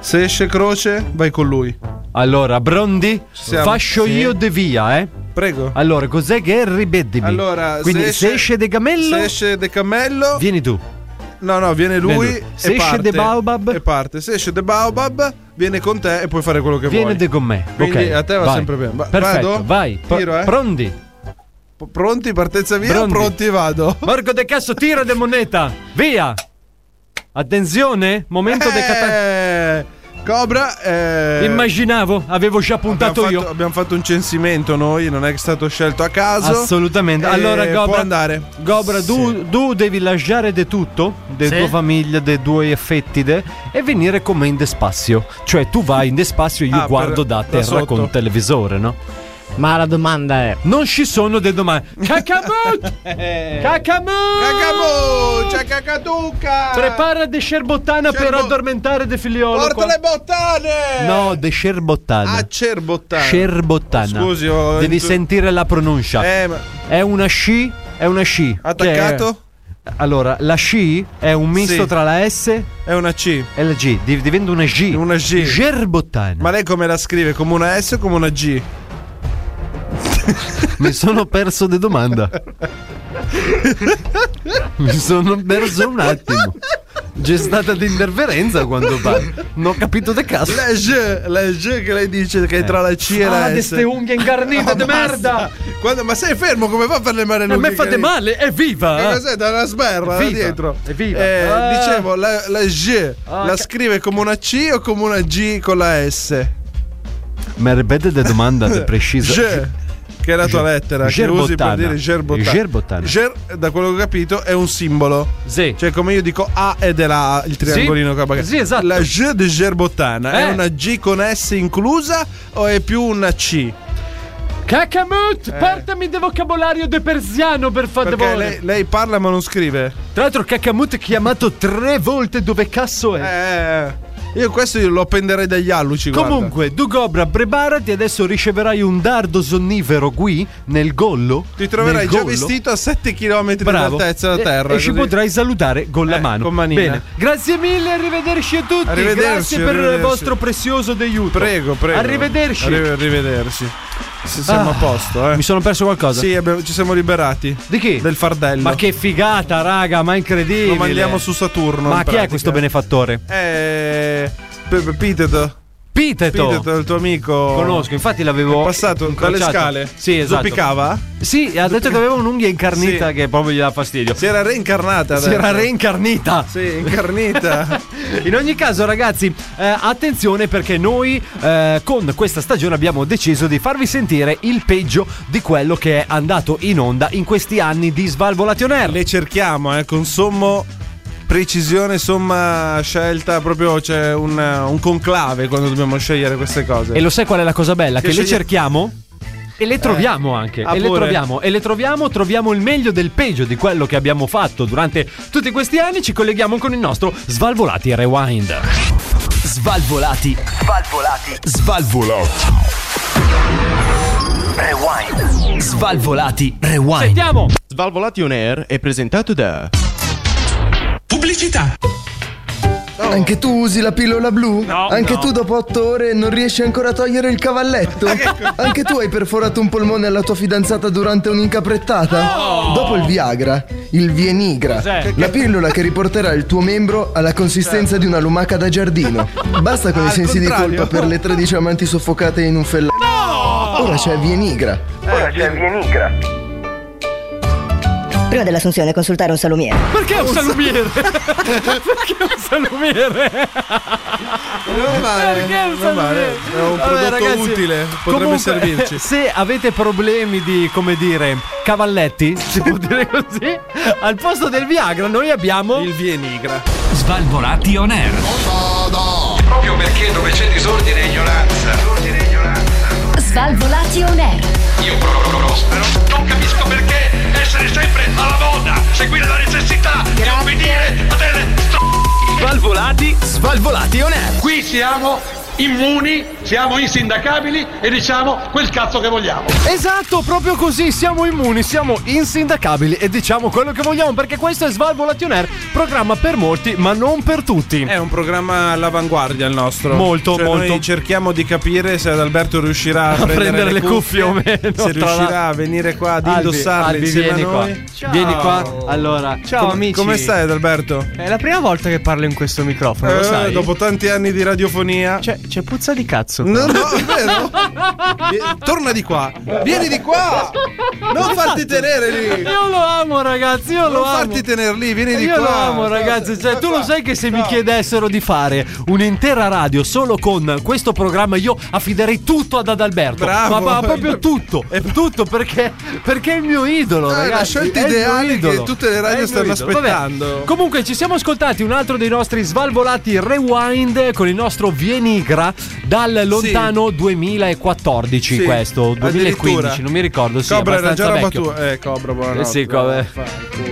Se esce croce, vai con lui.
Allora, Brondi,
siamo.
fascio
Sì.
io de via, eh.
Prego.
Allora, cos'è che è? Ripetimi.
Allora, se
Quindi, se esce,
esce-
de cammello,
Se esce De Cammello,
vieni tu.
no, no, viene lui.
Viene lui.
e
Se esce
parte.
De Baobab?
e parte. Se esce De Baobab, viene con te e puoi fare quello che
Vieni
vuoi.
de con me.
Quindi
ok.
a te va
vai.
sempre bene. Va-
Perfetto,
vado?
vai. P-
Tiro, eh?
Brondi.
P- pronti, partenza via?
Pronti.
Pronti, vado.
Marco De Cazzo, tira de moneta! Via! Attenzione, momento de cata-
Eh, Cobra, eh,
Immaginavo, avevo già
abbiamo
puntato
fatto,
io.
abbiamo fatto un censimento noi, non è che è stato scelto a caso.
Assolutamente.
Eh,
allora,
può
Gobra,
andare.
Gobra, tu, tu devi lasciare de tutto, de
Sì.
tua famiglia, de tuoi effetti, de- e venire con me in despazio. Cioè, tu vai in despazio e io
Ah,
guardo
per-
da
da
terra
sotto.
con il televisore, no?
Ma la domanda è:
Non ci sono de domani. Cacamut!
Eh,
Cacamut!
Cacabù, c'è cacatucca.
Prepara de scerbottana per
Scerbo-
addormentare de figliolo.
Porta
qua.
le bottane.
No, de scerbottana.
Ah, cerbottana.
Scerbottana.
Scusi, ho
Devi
intu-
sentire la pronuncia.
Eh, ma-
È una sci. È una sci.
attaccato?
Che è- Allora, la sci è un misto
Sì.
tra la S e
È una C.
la G. Div- diventa una G.
Una G.
Gerbottana.
Ma lei come la scrive? Come una S o come una G?
Mi sono perso di domanda. Mi sono perso un attimo. C'è stata d'interferenza quando pare. Non ho capito de Eh. cazzo.
La G, la G che lei dice che è tra la C e la
de
S. Ah,
ste Ah, unghie ingarnite de merda. Eh,
Quando- ma sei fermo, come fa a farle male
A
lui?
me fate male, è
Che
viva! eh?
cos'è? Da una sberla da
Evviva,
dietro.
evviva.
Eh,
Ah.
Dicevo, la, la G
Ah, ca-
la scrive come una C o come una G con la S?
Ma ripete la domanda precisa.
G. Che è la tua lettera, che usi per
Gerbottana.
dire gerbottana.
Gerbottana.
Ger, da quello che ho capito, è un simbolo.
Sì.
Cioè, come io dico A ed è la A, il triangolino che ho pagato.
Sì, esatto.
La G di gerbottana
Eh.
è una G con S inclusa o è più una C? Eh.
Cacamut, portami del vocabolario de persiano per fate
Perché
voi.
lei, lei parla ma non scrive.
Tra l'altro Cacamut è chiamato tre volte dove cazzo è.
Eh, io questo io lo appenderei dagli alluci. guarda.
Comunque, Du Gobra, preparati, adesso riceverai un dardo sonnifero qui, nel gollo.
ti troverai
nel
già
gollo.
vestito a 7 km
Bravo.
d'altezza da
E-
terra.
E, ci
così.
potrai salutare con la
Eh,
mano.
con manina.
Bene. Grazie mille, arrivederci a tutti.
Arrivederci,
Grazie per il
arrivederci.
vostro prezioso aiuto.
Prego, prego.
Arrivederci.
Arri- arrivederci. Se siamo
Ah,
a posto, eh.
Mi sono perso qualcosa.
Sì, abbiamo- ci siamo liberati.
Di chi?
Del fardello.
Ma che figata, raga, ma incredibile.
Lo mandiamo su Saturno.
Ma chi
in
è
pratica.
questo benefattore?
Eh. Pe- Pe- Piteto.
Piteto.
Piteto, il tuo amico.
Conosco, infatti l'avevo
È passato dalle
incrociato.
scale.
Sì, esatto.
Zoppicava?
Sì, ha detto che aveva un'unghia incarnita
Sì.
che proprio gli dà fastidio.
Si era reincarnata.
Si era reincarnita.
Sì, incarnita.
In ogni caso, ragazzi, eh, attenzione perché noi eh, con questa stagione abbiamo deciso di farvi sentire il peggio di quello che è andato in onda in questi anni di Svalvolation Air.
Le cerchiamo eh, con sommo precisione, somma scelta, proprio c'è un, un conclave quando dobbiamo scegliere queste cose.
E lo sai qual è la cosa bella? Che, le
Che sceglie-
cerchiamo. E le troviamo anche.
ah,
e le
pure.
troviamo. E le troviamo, troviamo il meglio del peggio di quello che abbiamo fatto durante tutti questi anni. Ci colleghiamo con il nostro Svalvolati Rewind.
Svalvolati. Svalvolati. Svalvolati. Rewind. Svalvolati. Rewind.
Sentiamo!
Svalvolati on Air è presentato da
Pubblicità. Anche tu usi la pillola blu? Anche tu dopo otto ore non riesci ancora a togliere il cavalletto? Anche tu hai perforato un polmone alla tua fidanzata durante un'incaprettata? Dopo il Viagra, il Vienigra,
Cos'è?
la pillola che riporterà il tuo membro alla consistenza di una lumaca da giardino. Basta con i sensi di colpa per le 13 amanti soffocate in un fellato. Ora c'è Vienigra.
Ora c'è Vienigra.
Prima dell'assunzione consultare un salumiere.
Perché un salumiere? Perché un salumiere?
Non male,
Perché un
non
salumiere?
male. È un
Vabbè,
prodotto utile, potrebbe
comunque,
servirci.
eh, Se avete problemi di, come dire, cavalletti, si può dire così, al posto del Viagra noi abbiamo il
Vienigra.
Svalvolati on air.
Proprio perché dove c'è disordine e ignoranza,
Svalvolati on air.
io prospero. Non capisco perché essere sempre alla moda, seguire la necessità e obbedire a delle
Svalvolati, svalvolati on air.
Qui siamo immuni, siamo insindacabili e diciamo quel cazzo che vogliamo.
Esatto, proprio così, siamo immuni, siamo insindacabili e diciamo quello che vogliamo perché questo è Svalvolation Air, programma per molti ma non per tutti.
È un programma all'avanguardia il nostro.
Molto,
Cioè,
molto.
Noi cerchiamo di capire se Adalberto riuscirà a,
A prendere le cuffie o meno,
Se
tra l'altro.
riuscirà a venire qua ad
Albi,
indossarle
Albi,
insieme
vieni
a
qua.
noi.
Ciao. Vieni qua, allora.
Ciao,
Come-
amici.
Come stai Adalberto?
È la prima volta che parlo in questo microfono, lo
Eh,
sai.
Dopo tanti anni di radiofonia. C'è,
puzza di cazzo.
No, no, è vero. Eh, Torna di qua. Vieni di qua. Non farti tenere lì.
Esatto. Io lo amo, ragazzi. Io lo
Non
amo.
farti tenere lì, vieni di
Io
qua.
lo amo, ragazzi. Cioè, tu lo sai che se mi chiedessero di fare un'intera radio solo con questo programma, io affiderei tutto ad Adalberto.
Bravo.
Ma, ma proprio tutto. Tutto perché, perché è il mio idolo,
Eh,
ragazzi.
la scelta
è il mio
ideale che
idolo.
tutte le
È
radio
il mio
stanno
idolo. Vabbè.
aspettando.
Comunque, ci siamo ascoltati un altro dei nostri svalvolati rewind con il nostro Vienigra dal lontano 2014.
Sì,
Questo
addirittura.
2015, non mi ricordo. Sì,
Cobra era già
abbastanza
roba
vecchio.
tua. Eh, Cobra, buonanotte.
Eh sì, come-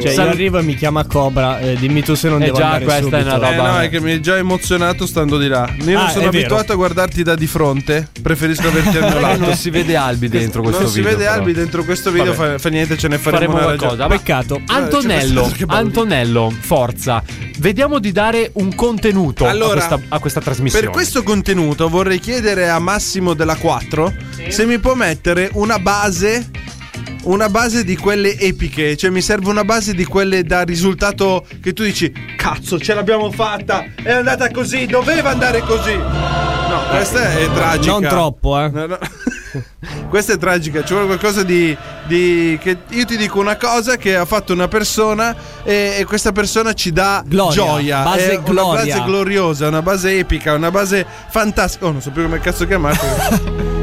Cioè, io
Sal-
arrivo e mi chiama Cobra. eh, dimmi tu se non
Eh
devo
già,
andare
questa è
subito.
una roba-
Eh no, è che mi è già emozionato stando di là. Io non
Ah,
sono
è vero.
abituato a guardarti da di fronte. Preferisco averti al mio
Raga,
lato.
non si vede Albi dentro questo
non
video,
si vede
però.
Albi dentro questo video.
Vabbè.
Fa, fa niente, ce ne faremo,
faremo
una
qualcosa.
ragione.
ma- Antonello, Antonello, forza. Vediamo di dare un contenuto
Allora,
a, questa, a questa trasmissione.
Per questo contenuto vorrei chiedere a Massimo della 4 se mi può mettere una base. Una base di quelle epiche, cioè mi serve una base di quelle da risultato che tu dici cazzo ce l'abbiamo fatta, è andata così, doveva andare così. No, questa è tragica.
Non troppo, eh.
Questa è tragica, ci vuole qualcosa di, di- che io ti dico una cosa che ha fatto una persona e, e questa persona ci dà
Gloria,
gioia,
base
è una
gloria.
base gloriosa, una base epica, una base fantastica. Oh, non so più come cazzo chiamarti.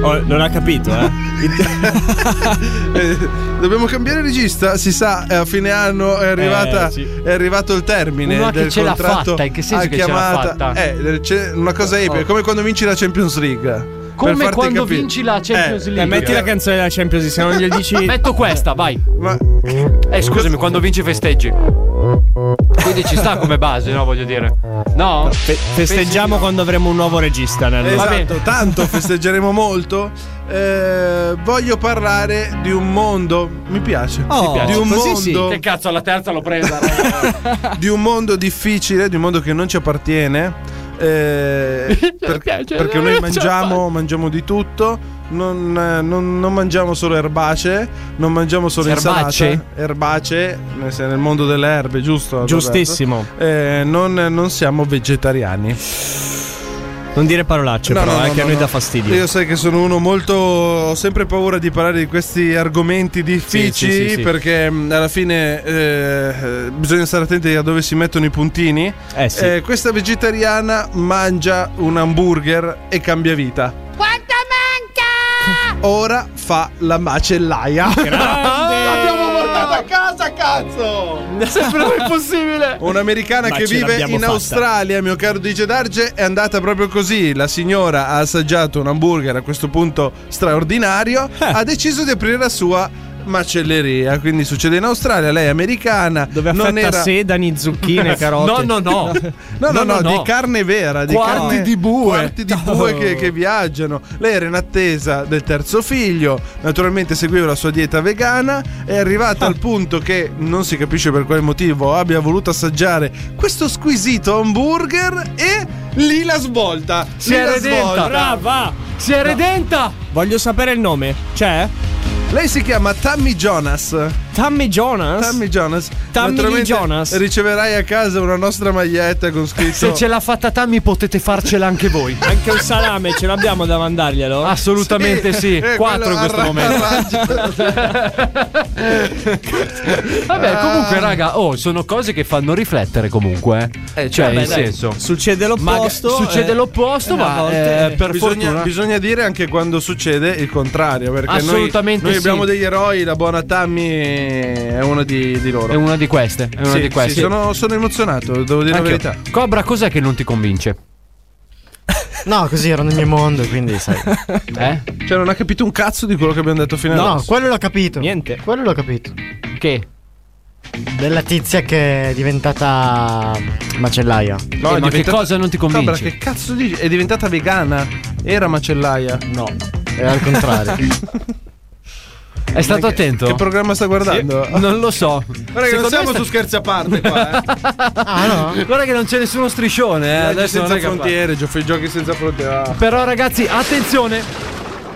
Oh, non ha capito, eh.
Eh, Dobbiamo cambiare regista, si sa, eh, a fine anno è, arrivata-
Eh, sì.
è arrivato il termine
Uno che
del
ce l'ha
contratto
fatta, in che senso
a
che ce l'ha
chiamata.
fatta?
Eh, c'è una cosa epica,
Oh.
come quando vinci la Champions League.
Come
Per farti
quando
capire.
vinci la Champions
Eh,
League.
metti la canzone della Champions League, se non glielo dici.
Metto questa, vai.
Ma-
Eh, scusami, quando vinci festeggi. Quindi ci sta come base, no? Voglio dire. No?
Fe- festeggiamo quando avremo un nuovo regista. Nello.
Esatto, tanto festeggeremo molto. Eh, voglio parlare di un mondo. Mi piace.
Ti piace?
di un mondo.
Oh, Che cazzo, alla terza l'ho presa. raga.
di un mondo difficile, di un mondo che non ci appartiene. eh, per-
piace,
perché
non
noi
ce
mangiamo, mangiamo di tutto, non, eh, non- non mangiamo solo erbacee, non mangiamo solo
Erbacee?
insalata, erbacee, nel sen- nel mondo delle erbe, giusto? Roberto?
Giustissimo.
Eh, non, non siamo vegetariani.
Non dire parolacce,
No,
però,
no,
eh,
no,
che a
no,
noi
no.
dà fastidio.
Io sai che sono uno molto. Ho sempre paura di parlare di questi argomenti difficili
Sì, sì, sì, sì.
perché mh, alla fine eh, bisogna stare attenti a dove si mettono i puntini.
Eh, sì.
questa vegetariana mangia un hamburger e cambia vita.
Quanto
manca? Ora fa la macellaia.
L'abbiamo portata a casa, cazzo!
Sembrava impossibile. Un'americana
Ma
che
ce
vive in
l'abbiamo fatta.
Australia, mio caro DJ Darge, è andata proprio così. La signora ha assaggiato un hamburger a questo punto straordinario, ha deciso di aprire la sua macelleria. Quindi succede in Australia, lei è americana, dove non
Fetta
era
sedani, zucchine, carote.
No, no, no. No, no, no, di carne vera, di
Quarti
carne-
di bue. Oh.
quarti di bue che, che viaggiano. Lei era in attesa del terzo figlio, naturalmente seguiva la sua dieta vegana, è arrivata al punto che non si capisce per quale motivo abbia voluto assaggiare questo squisito hamburger e lì la svolta.
Si
Lì
è
la
redenta.
svolta.
Brava. Si è redenta. Voglio sapere il nome. C'è?
Lei si chiama Tammy Jonas.
Tammy Jonas?
Tammy Jonas.
Tammy
Naturalmente
Jonas?
Riceverai a casa una nostra maglietta con scritto
Se ce l'ha fatta Tammy potete farcela anche voi.
Anche un salame ce l'abbiamo da mandarglielo?
Assolutamente
Eh,
sì. Quattro in questo momento. Vabbè,
Ah.
comunque, raga, oh, sono cose che fanno riflettere comunque. eh. cioè,
vabbè,
nel
dai.
senso.
Succede l'opposto. eh,
Maga- succede l'opposto, ma,
a
eh, per
bisogna,
fortuna.
bisogna dire anche quando succede il contrario. Perché noi-
Assolutamente
noi,
sì.
abbiamo degli eroi, la buona Tammy è una di, di loro.
È una di queste. È una
Sì,
di queste.
sì, sono, sono emozionato, devo dire
Anch'io.
la verità.
Cobra, cos'è che non ti convince?
No, così ero nel mio mondo, quindi sai.
Eh?
Cioè, non ha capito un cazzo di quello che abbiamo detto fino
No,
adesso.
quello l'ho capito. Niente. Quello l'ho capito.
Che?
Della tizia che è diventata macellaia.
Eh,
No, è diventata- Cobra,
Cobra,
che cazzo dici? È diventata vegana? Era macellaia?
No,
è al contrario.
È stato
Ma che-
attento?
Che programma sta guardando?
Non lo so.
Guarda che non
Secondo
siamo
me sta-
su scherzi a parte qua. eh.
Guarda che non c'è nessuno striscione. Eh.
Viaggi
Adesso non
senza
è che-
frontiere, giochi, giochi senza frontiere. ah.
Però ragazzi, attenzione!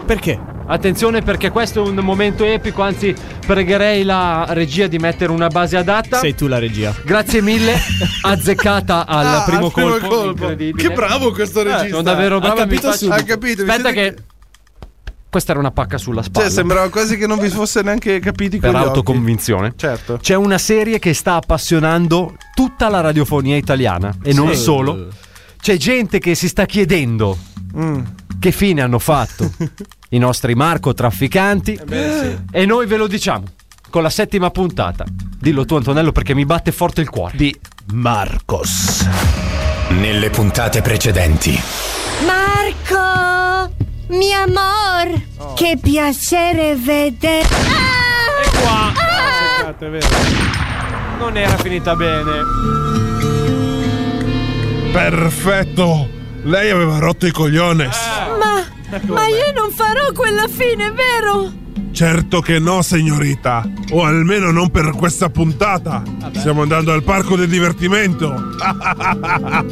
Perché? Attenzione perché questo è un momento epico, anzi pregherei la regia di mettere una base adatta.
Sei tu la regia.
Grazie mille, azzeccata al
Ah,
primo
al primo
colpo.
colpo.
incredibile.
Che bravo questo
Eh,
regista.
sono davvero
Ha
bravo. mi
capito
faccio-
subito. Ha capito, mi
Aspetta
siete-
che... Questa era una pacca sulla spalla.
Cioè, sembrava quasi che non vi fosse neanche capiti
per
con gli occhi.
autoconvinzione.
Certo.
C'è una serie che sta appassionando tutta la radiofonia italiana e non
Sì.
solo. C'è gente che si sta chiedendo
Mm.
che fine hanno fatto i nostri narcotrafficanti. E noi ve lo diciamo con la settima puntata. Dillo tu, Antonello, perché mi batte forte il cuore. Di Marcos.
Nelle puntate precedenti.
Marco, mi amor, che piacere vedere. Ah!
Esatto,
Aspettate, è vero. Non era finita bene.
Perfetto! Lei aveva rotto i cogliones.
Ma, ma io non farò quella fine, vero?
Certo che no, signorita. O almeno non per questa puntata. Stiamo andando al parco del divertimento.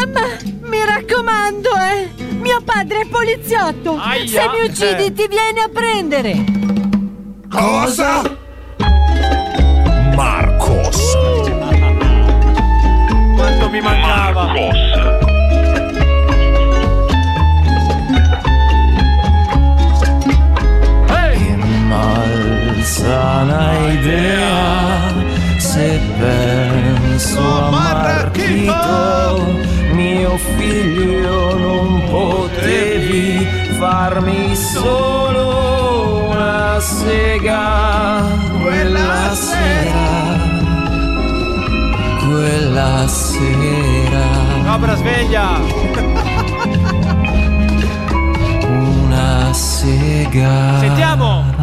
Oh mamma, mi raccomando, eh! Mio padre è poliziotto!
Aia.
Se mi uccidi
Eh.
ti viene a prendere!
Cosa? Marcos.
Quanto mi mancava.
malsana idea se penso a Marchito mio figlio non potevi farmi solo una sega quella sera quella sera
Cobra sveglia.
una sega
Sentiamo.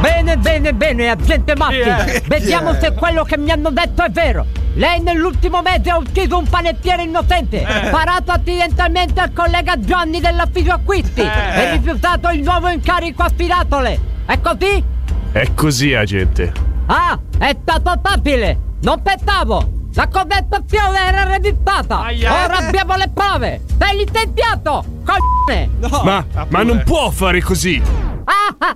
Bene, bene, bene, agente Matti.
Chi è?
Vediamo
Chi è?
se quello che mi hanno detto è vero. Lei nell'ultimo mese ha ucciso un panettiere innocente,
Eh.
parato accidentalmente al collega Johnny dell'affido
Eh.
acquisti e rifiutato il nuovo incarico a Filatole. È così?
È così, agente.
Ah, è stato facile. Non pensavo. La conversazione era registrata. Ora abbiamo le prove. Sei licenziato, coglione.
ma, ma non può fare così.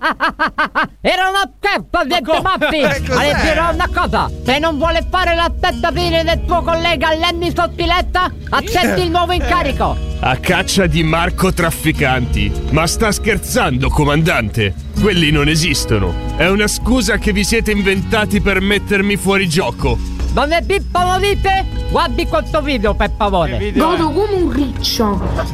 Era una peppa di Maffi!
Eh, cos'è?
Ale dirò una cosa! Se non vuole fare la stessa fine del tuo collega Lenny Sottiletta, accetti il nuovo incarico!
A caccia di Marco Trafficanti. Ma sta scherzando, comandante? Quelli non esistono. È una scusa che vi siete inventati per mettermi fuori gioco.
Donne Pippa lo dite? Guardi questo video per favore!
Godo come un riccio,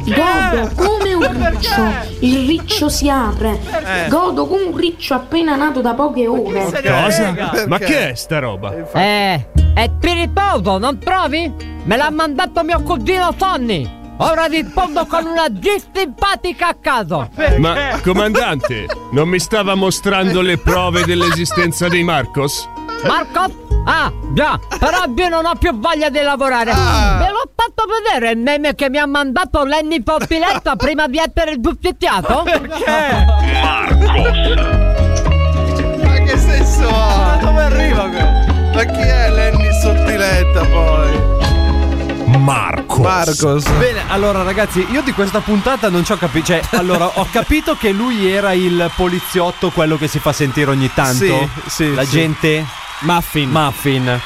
godo come un riccio, il riccio si apre,
Eh.
Eh.
Perché?
godo come un riccio appena nato da poche ore.
Cosa? Ma che è sta roba?
Eh, è spiritoso, non trovi? Me l'ha mandato mio cugino Sonny! Ora rispondo con una G simpatica a caso!
Ma, comandante, non mi stava mostrando le prove dell'esistenza dei Marcos?
Marco? Ah, già, però io non ho più voglia di lavorare. Ve l'ho fatto vedere il meme che mi ha mandato Lenny Poppiletta prima di essere giustiziato? Perché?
Ma che senso ha?
Ah.
Da dove arriva questo? Ma chi è Lenny Sottiletta poi?
Marcos. Bene, allora ragazzi, io di questa puntata non ci ho capito. Cioè, allora, ho capito che lui era il poliziotto, quello che si fa sentire ogni tanto.
Sì, sì,
La
sì. Eh.
gente. Muffin. Muffin.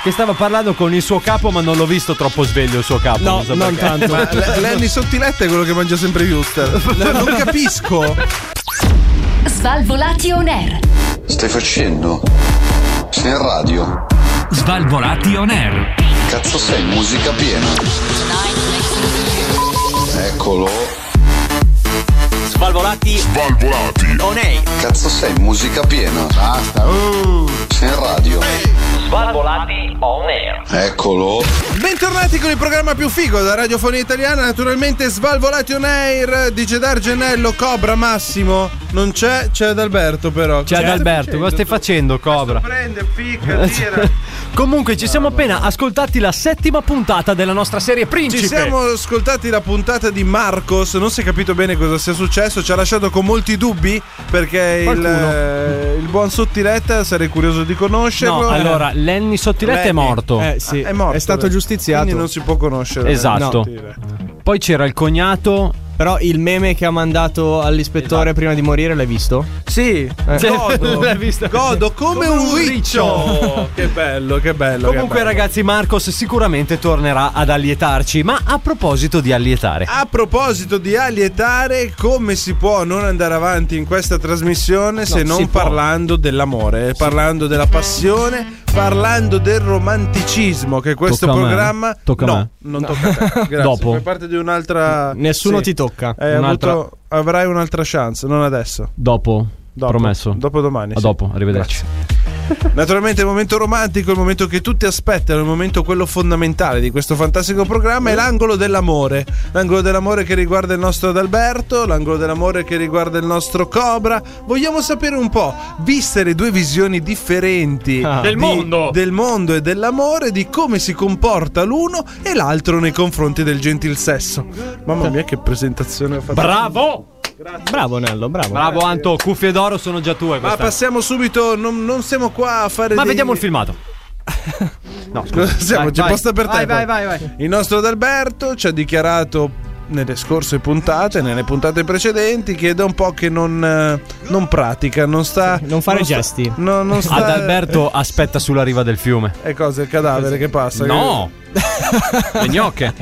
Che stava parlando con il suo capo, ma non l'ho visto troppo sveglio il suo capo.
No,
so
non
perché.
tanto. Ma L- Lenny Sottiletta è quello che mangia sempre Houston. non capisco.
Svalvolati on air.
Stai facendo? Sei in radio?
Svalvolati on air.
Cazzo sei, musica piena. Eccolo. Svalvolati. Svalvolati. On Cazzo sei, musica piena. Basta. Sei in radio.
Svalvolati on air.
Eccolo.
Bentornati con il programma più figo della radiofonia italiana, naturalmente Svalvolati on Air, dice Dargenello, Cobra Massimo, non c'è, c'è Adalberto però.
C'è
Cioè,
Cioè, Adalberto, cosa stai facendo, Cobra?
Prende, picca, tira.
Comunque, ci siamo appena ascoltati la settima puntata della nostra serie Principe.
Ci siamo ascoltati la puntata di Marcos, non si è capito bene cosa sia successo, ci ha lasciato con molti dubbi perché il,
Qualcuno.
eh, il buon Sottiletta sarei curioso di conoscerlo.
No, allora, Lenny Sottiletta è morto.
Eh, sì. è morto.
È stato giustiziato.
Quindi non si può
Cioè,
conoscere.
Esatto. Poi c'era il cognato. Esatto.
Però il meme che ha mandato all'ispettore prima di morire l'hai visto? Eh.
Sì, Eh, Godo, godo come, un riccio. che bello, che bello.
Comunque, ragazzi, Marcos sicuramente tornerà ad allietarci. Ma a proposito di allietare,
A proposito di alietare, come si può non andare avanti in questa trasmissione se
si
non
può.
parlando dell'amore, parlando della passione, parlando del romanticismo che questo
Tocca a me.
programma
Tocca a
no,
me.
non tocca a te. Grazie.
Dopo.
Fai parte di un'altra
Nessuno ti tocca.
Hai
Un'altra-
avuto- avrai un'altra chance, non adesso.
dopo,
Dopo.
promesso.
Dopo domani.
A
sì.
dopo, arrivederci.
Naturalmente il momento romantico, il momento che tutti aspettano, il momento quello fondamentale di questo fantastico programma è l'angolo dell'amore. L'angolo dell'amore che riguarda il nostro Adalberto, l'angolo dell'amore che riguarda il nostro Cobra. Vogliamo sapere un po', viste le due visioni differenti
Ah. Del
di-
mondo.
del mondo e dell'amore, di come si comporta l'uno e l'altro nei confronti del gentil sesso. Mamma mia che presentazione ho fatto.
Bravo!
Bravo Nello, bravo.
Bravo, Anto. Cuffie d'oro sono già tue.
eh. Ma
quest'anno.
passiamo subito, non, non siamo qua a fare
Ma
dei-
vediamo il filmato. No,
Cosa siamo? C'è
vai.
posta per te.
Vai, vai, vai,
poi.
vai.
Il nostro Adalberto ci ha dichiarato nelle scorse puntate, nelle puntate precedenti, che è da un po' che non, eh, non pratica, non sta. Non
fare
sta-
gesti.
no, non sta.
Adalberto aspetta sulla riva del fiume.
E cosa? Il cadavere che passa?
No! Le gnocche.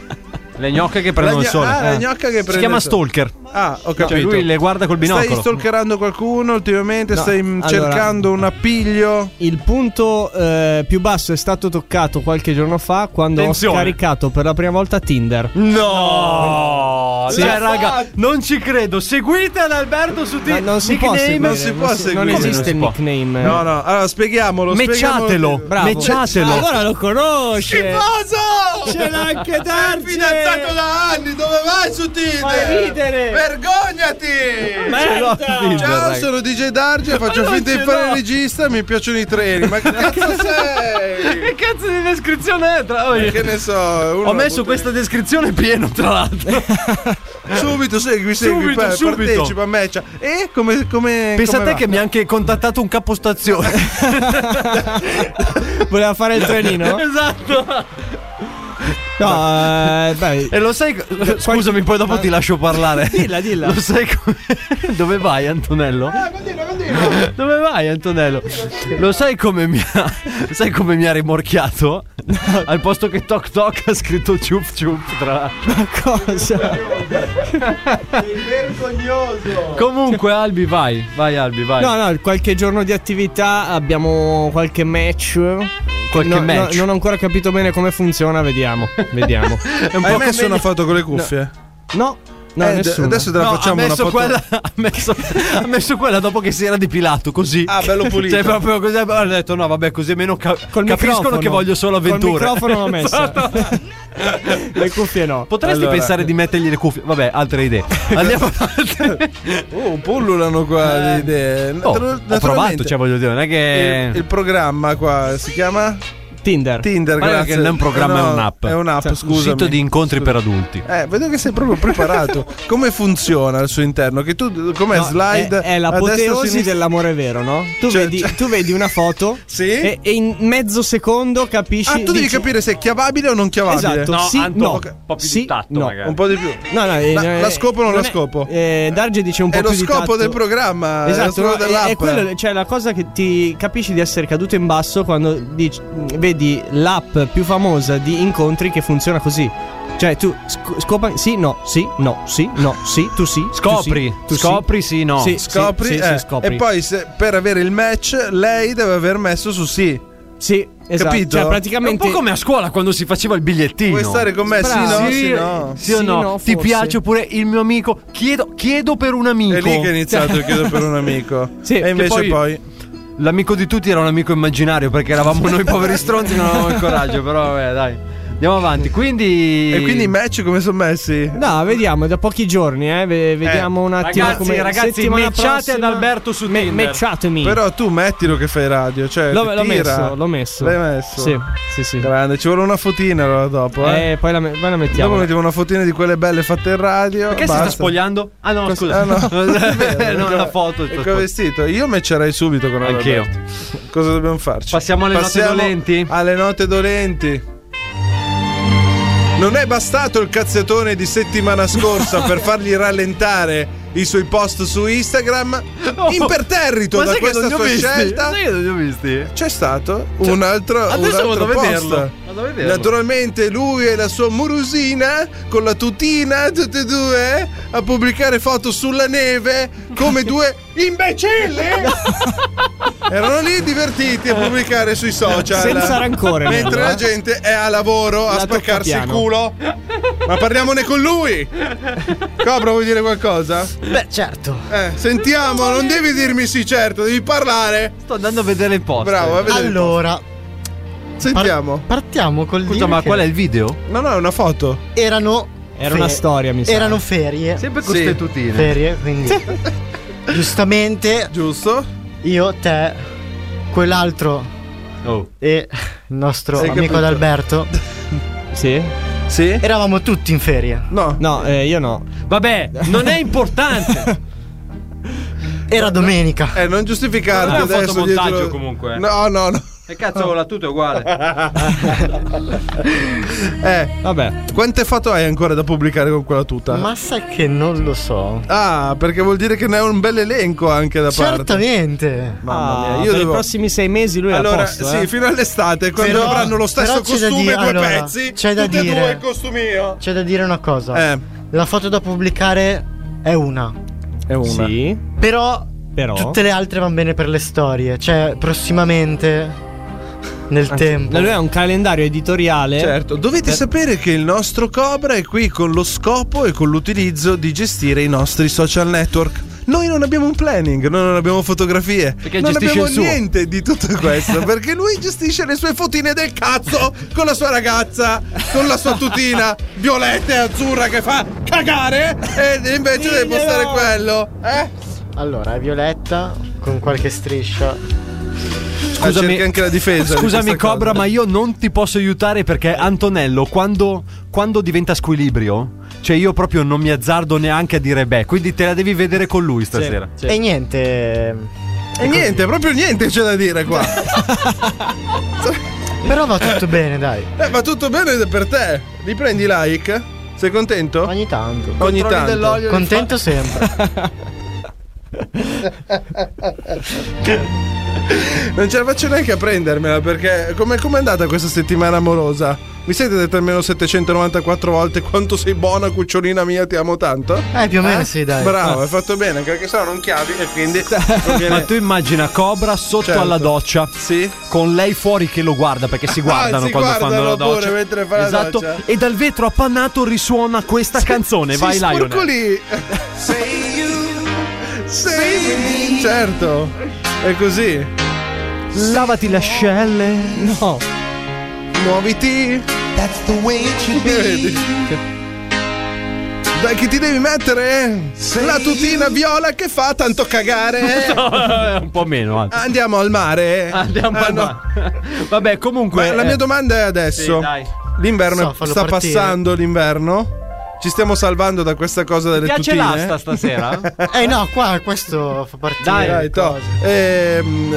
Le gnocche che
Che... La
prendono il
gno-
sole.
ah, la
Eh.
gnocca che prende
Si chiama
il sole.
stalker.
Ah, ho capito.
Cioè, lui le guarda col binocolo.
Stai stalkerando qualcuno ultimamente?
No,
stai
allora-
cercando un appiglio?
Il punto eh, più basso è stato toccato qualche giorno fa quando
Attenzione.
ho scaricato per la prima volta Tinder.
No!
Sì.
Cioè, raga, non ci credo. Seguite Adalberto su
No,
Twitter.
non si può seguire,
non si può seguire.
Non esiste il
Non si
nickname.
No, no, allora spieghiamolo.
Mecciatelo,
spieghiamolo.
bravo. mecciatelo.
Allora lo conosce.
Schifoso!
Ce l'ha anche
Darci! È fidanzato da anni, dove vai su Tinder?
Fai ridere!
Vergognati! Ciao, sono DJ Darge, faccio
non
finta di
ce
fare il
l'ho.
regista, mi piacciono i treni. Ma che cazzo sei?
Che cazzo di descrizione è? Tra...
Ma Che ne so, uno
Ho
la
messo
butta
questa descrizione pieno, tra l'altro.
lì. Subito, segui, segui,
Subito,
pa-
subito.
partecipa, match. E come. come
Pensa a
come
te
va?
che mi ha anche contattato un capostazione.
Eh?
Voleva fare il trenino?
esatto.
No, eh, beh.
E lo sai. Eh. Scusami, poi dopo ti lascio parlare.
Dilla, dilla.
Lo sai come- Dove vai, Antonello? Dove vai, Antonello? Lo sai come mi ha. Sai come mi ha rimorchiato? Al posto che Toc Toc ha scritto ciup ciup tra. Ma cosa?
vergognoso.
Comunque, Albi, vai. Vai, Albi, vai.
No, no, qualche giorno di attività abbiamo qualche match.
Qualche
No, no,
match.
non ho ancora capito bene come funziona, vediamo. Vediamo.
Hai messo una foto con le cuffie?
No. No,
Eh, d-
nessuno.
adesso te la
No,
facciamo
ha messo
una foto.
quella, ha, messo, ha messo quella dopo che si era depilato così.
Ah, bello pulito.
Cioè, proprio così. Ha detto, no, vabbè, così almeno ca-
Col
capiscono
microfono.
che voglio solo
Col
avventure.
microfono l'ho messa. Le cuffie no.
Potresti
Allora.
pensare di mettergli le cuffie. Vabbè, altre idee. Andiamo
Oh, pullulano qua le idee.
Oh,
Natura-
ho
naturalmente-
provato, cioè, eh. voglio dire, non è che.
Il, il programma qua si chiama
Tinder.
Tinder,
Guarda
grazie.
che non è un programma,
Eh no,
è un'app.
È un'app,
Cioè,
scusa.
Un sito di incontri per adulti.
Eh, vedo che sei proprio preparato. Come funziona al suo interno? Che tu come
No,
slide
È, è
a destra, a
l'apoteosi
sinistra-
dell'amore vero, no? Tu,
Cioè,
vedi, tu vedi una foto e, e in mezzo secondo capisci.
Ah, tu devi
dici-
capire se è chiavabile o non chiavabile.
Esatto, sì, no. Sì, no.
Un po' di più.
No, no, eh,
La-
eh,
la scopo o non la
è-
scopo?
eh, Darge dice un po'
È lo
più di
scopo
tatto.
del programma, è Eh, lo
Esatto,
scopo
no, è-
dell'app.
È, quello, cioè la cosa che ti capisci di essere caduto in basso quando dici- vedi l'app più famosa di incontri che funziona così. Cioè tu sc- scopa sì, no, sì, no, sì, no, sì, tu sì. tu
Scopri,
tu
scopri, sì, no.
Sì,
Scopri,
sì, sì,
eh,
scopri.
e poi se- per avere il match lei deve aver messo su sì.
Sì, esatto.
Capito?
Cioè, praticamente-
È un po' come a scuola quando si faceva il bigliettino.
Vuoi stare con me? Sì,
Bravo.
no,
sì,
sì, no.
sì o
Sì,
no?
no,
Ti
forse.
piace oppure il mio amico? Chiedo, chiedo per un amico. Cioè
È lì che è iniziato il chiedo per un amico. e invece poi,
L'amico di tutti era un amico immaginario perché eravamo noi poveri stronzi non avevamo il coraggio, però vabbè, dai. Andiamo avanti. Quindi
E quindi i match come sono messi?
No, vediamo, è da pochi giorni, eh. ve- Vediamo un attimo
Ragazzi,
come
ragazzi,
settimana
matchate
prossima-
ad Alberto su
me-
Tinder.
Matchatemi.
Però tu mettilo che fai radio, cioè
L'ho-
ti
l'ho
tira.
messo, l'ho messo.
L'hai messo?
Sì, sì, sì.
Grande, ci vuole una fotina allora dopo, eh.
Eh, poi la, me- poi la mettiamo.
Dopo mettiamo una fotina di quelle belle fatte in radio.
perché si sta
basta.
spogliando? Ah no,
Questo-
scusa.
ah, no.
non la foto.
E che ho vestito? Io me c'erai subito con
Anch'io.
Alberto. Cosa dobbiamo farci?
Passiamo alle note dolenti?
Alle note dolenti. Non è bastato il cazziatone di settimana scorsa per fargli rallentare i suoi post su Instagram? Imperterrito
Oh, Ma
da
sai che non
questa
li ho
sua
visti?
scelta.
Sai che non li ho visti? Cioè,
C'è stato un altro
adesso
un altro
vado a
post.
vederlo, vado a vederlo.
Naturalmente lui e la sua murusina con la tutina tutti e due a pubblicare foto sulla neve come due imbecilli. Erano lì divertiti a pubblicare sui social.
Senza rancore,
Mentre
Nello,
la
eh.
gente è a lavoro a
La tocca
spaccarsi il
piano.
culo. Ma parliamone con lui. Cobra vuoi dire qualcosa?
Beh, certo.
Eh, sentiamo, non devi dirmi sì certo, devi parlare.
Sto andando a vedere il post.
Bravo, a vedere il
Allora,
Sentiamo.
partiamo col
Scusa,
dire
ma
che
qual è il video?
No, no, è una foto.
Erano
Era una storia, mi sa.
Erano ferie.
Sempre con Sì. ste tutine.
Ferie, quindi. Giustamente.
Giusto.
Io, te, quell'altro
Oh.
e il nostro
Hai
amico
capito?
Adalberto.
Sì?
Sì?
Eravamo tutti in ferie.
No.
No, eh, io no.
Vabbè, non è importante.
Era domenica.
Eh, non giustificarti
Non è un
adesso.
fotomontaggio
dietro-
comunque, eh.
No, no, no.
Che cazzo, la tuta è uguale.
Eh,
vabbè.
Quante foto hai ancora da pubblicare con quella tuta?
Ma sai che non lo so.
Ah, perché vuol dire che ne è un bel elenco anche da parte.
Certamente.
Mamma mia,
Ah,
io
per
devo-
i prossimi sei mesi lui è a
Allora,
posto,
sì,
eh.
fino all'estate, quando
Però-
avranno lo stesso
però c'è da
costume,
dire-
due
allora,
pezzi,
c'è da
tutti e
dire-
due il costumino.
C'è da dire una cosa.
Eh.
La foto da pubblicare è una.
È una. Oh.
Sì.
Però,
Però?
tutte le altre vanno bene per le storie. Cioè, prossimamente. Nel tempo.
Lui è un calendario editoriale.
Certo, dovete sapere che il nostro Cobra è qui con lo scopo e con l'utilizzo di gestire i nostri social network. Noi non abbiamo un planning, noi non abbiamo fotografie,
Perché
non
gestisce
abbiamo
il suo.
niente di tutto questo, perché lui gestisce le sue fotine del cazzo con la sua ragazza, con la sua tutina violetta e azzurra che fa cagare e invece deve postare quello. Eh?
Allora, è violetta con qualche striscia.
Ah, cerchi anche la difesa. di
Scusami,
questa
Cobra,
cosa.
ma io non ti posso aiutare perché Antonello, quando, quando diventa squilibrio, cioè io proprio non mi azzardo neanche a dire beh, quindi te la devi vedere con lui stasera.
E niente.
ehm, E niente, proprio niente c'è da dire qua.
Però va tutto bene, dai.
Eh, va tutto bene per te. Riprendi like? Sei contento?
Ogni tanto.
Ogni tanto.
Contento sempre.
Non ce la faccio neanche a prendermela perché come è andata questa settimana amorosa? Mi siete detto almeno 794 volte quanto sei buona cucciolina mia, ti amo tanto?
Eh, più o meno sì, dai.
Bravo, hai fatto bene, anche perché sennò non chiavi e quindi non viene-
Ma tu immagina Cobra sotto
eh. Certo.
alla doccia, con lei fuori che lo guarda perché si guardano
Ah, si
quando fanno la
guardano pure
doccia.
mentre fa la
esatto.
doccia.
E dal vetro appannato risuona questa canzone.
si
Vai,
sporco
Lionel.
lì. Sei certo. È così.
Lavati le ascelle. No.
Muoviti. That's the way it should Dai che ti devi mettere? La tutina viola che fa tanto cagare.
un po' meno. anzi.
Andiamo al mare. Eh,
Andiamo al Vabbè, comunque.
la
eh,
mia domanda è adesso.
sì, dai.
L'inverno
So, fallo
sta
partire.
passando l'inverno? Ci stiamo salvando da questa cosa delle
piace
tutine?
l'asta stasera? eh no, qua questo fa partire.
Dai, dai, to. Ehm,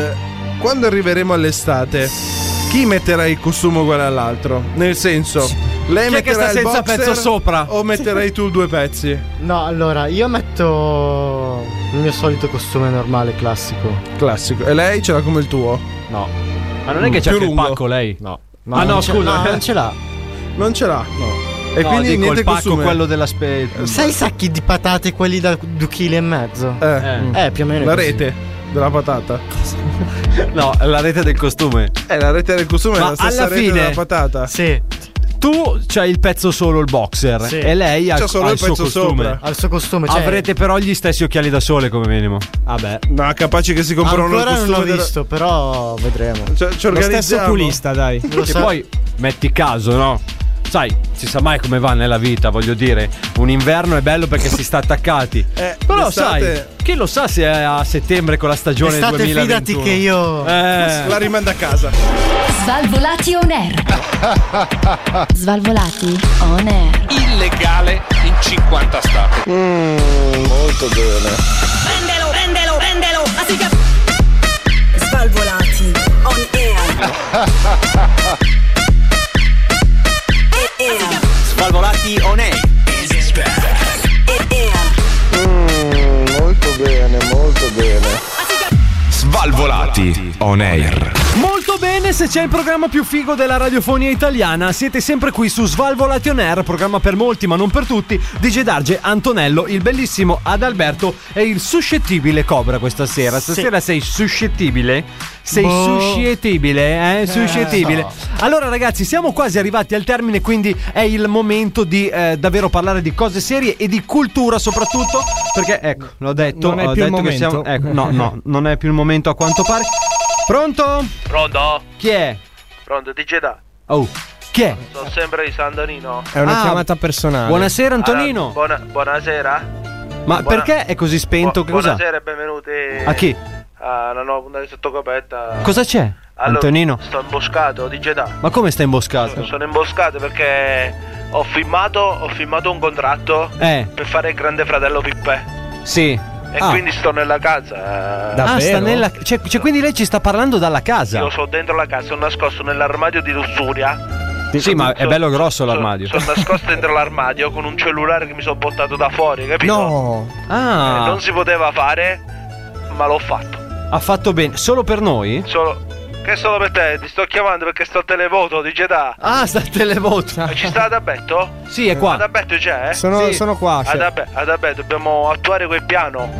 quando arriveremo all'estate, chi metterà il costume uguale all'altro? Nel senso, lei
Chi è che
metterà
sta
il
senza
boxer
pezzo sopra?
o metterai tu due pezzi?
No, allora, io metto il mio solito costume normale classico.
Classico. E lei ce l'ha come il tuo? Mm,
No.
Ma non è che c'è
Più
anche il
lungo.
pacco lei? No.
No,
ah,
non
no,
ce-
scusa.
no, non ce l'ha.
Non ce l'ha.
No.
E quindi
dico,
niente
il pacco
costume.
quello della spe...
Sai i sacchi di patate quelli da due chili e mezzo?
Eh.
Eh, più o meno. è
La
così.
rete della patata.
No, la rete del costume.
Eh, la rete del costume
Ma
è la stessa
alla
rete
fine-
della patata.
Sì.
Tu c'hai il pezzo solo il boxer
Sì.
e lei ha,
C'ha solo
ha
il
il suo
pezzo
costume.
sopra.
Ha il suo costume, cioè.
Avrete però gli stessi occhiali da sole come minimo. Vabbè.
No, capaci che si comprano il
Ancora non
costume
l'ho
della-
visto, però vedremo.
Cioè, ci
Lo stesso
organizziamo.
oculista,
dai.
Che poi metti caso, no? Sai, si sa mai come va nella vita, voglio dire. Un inverno è bello perché si sta attaccati.
Eh,
Però
l'estate-
sai, chi lo sa se è a settembre con la stagione
L'estate,
2021.
fidati che io-
Eh.
La rimanda a casa.
Svalvolati on air. Svalvolati on air.
Illegale in 50 stati.
Mm,
molto bene.
Prendelo, prendelo, prendelo. Ma si cap-
Svalvolati on air.
Svalvolati on air.
Mm, molto bene, molto bene.
Svalvolati on air.
Molto bene, se c'è il programma più figo della radiofonia italiana, siete sempre qui su Svalvolati On Air, programma per molti ma non per tutti, DJ Darge, Antonello, il bellissimo Adalberto e il suscettibile Cobra questa sera. Stasera sei suscettibile? Sei
Boh.
suscettibile, eh? Suscettibile.
so.
Allora ragazzi, siamo quasi arrivati al termine, quindi è il momento di eh, davvero parlare di cose serie e di cultura soprattutto, perché ecco, l'ho detto,
Non è
ho
più il
detto che
momento.
siamo ecco, no, no, non è più il momento a quanto pare. Pronto?
Pronto?
Chi è?
Pronto, DJ Da.
Oh, chi è?
Sono sempre di San Donino.
È una Ah, chiamata personale. buonasera, Antonino.
Ah, buona- buonasera.
Ma
Buona-
perché è così spento?
Bu-
che cos'ha?
Buonasera e benvenuti.
A chi?
Alla nuova puntata di sotto coperta.
Cosa c'è,
Allora,
Antonino?
Sto imboscato, DJ Da.
Ma come sta imboscato?
Sono imboscato perché ho firmato, ho firmato un contratto
Eh.
per fare il grande fratello Pippè.
Sì.
E
ah.
quindi sto nella casa.
Ah, sta nella. Cioè, cioè, quindi lei ci sta parlando dalla casa.
Io sono dentro la casa, sono nascosto nell'armadio di lussuria.
Sì, ma è bello grosso l'armadio.
Sono nascosto dentro l'armadio con un cellulare che mi sono portato da fuori, capito? Eh,
Ah,
non si poteva fare, ma l'ho fatto.
ha fatto bene. Solo per noi?
Solo. Che solo per te? Ti sto chiamando perché sto al televoto di Jeddah.
Ah, sta a televoto.
Ci sta Adabetto?
Sì, è qua.
Adabetto c'è? eh?
Sono- Sì. sono qua, sì.
Adabe- Adabetto, dobbiamo attuare quel piano.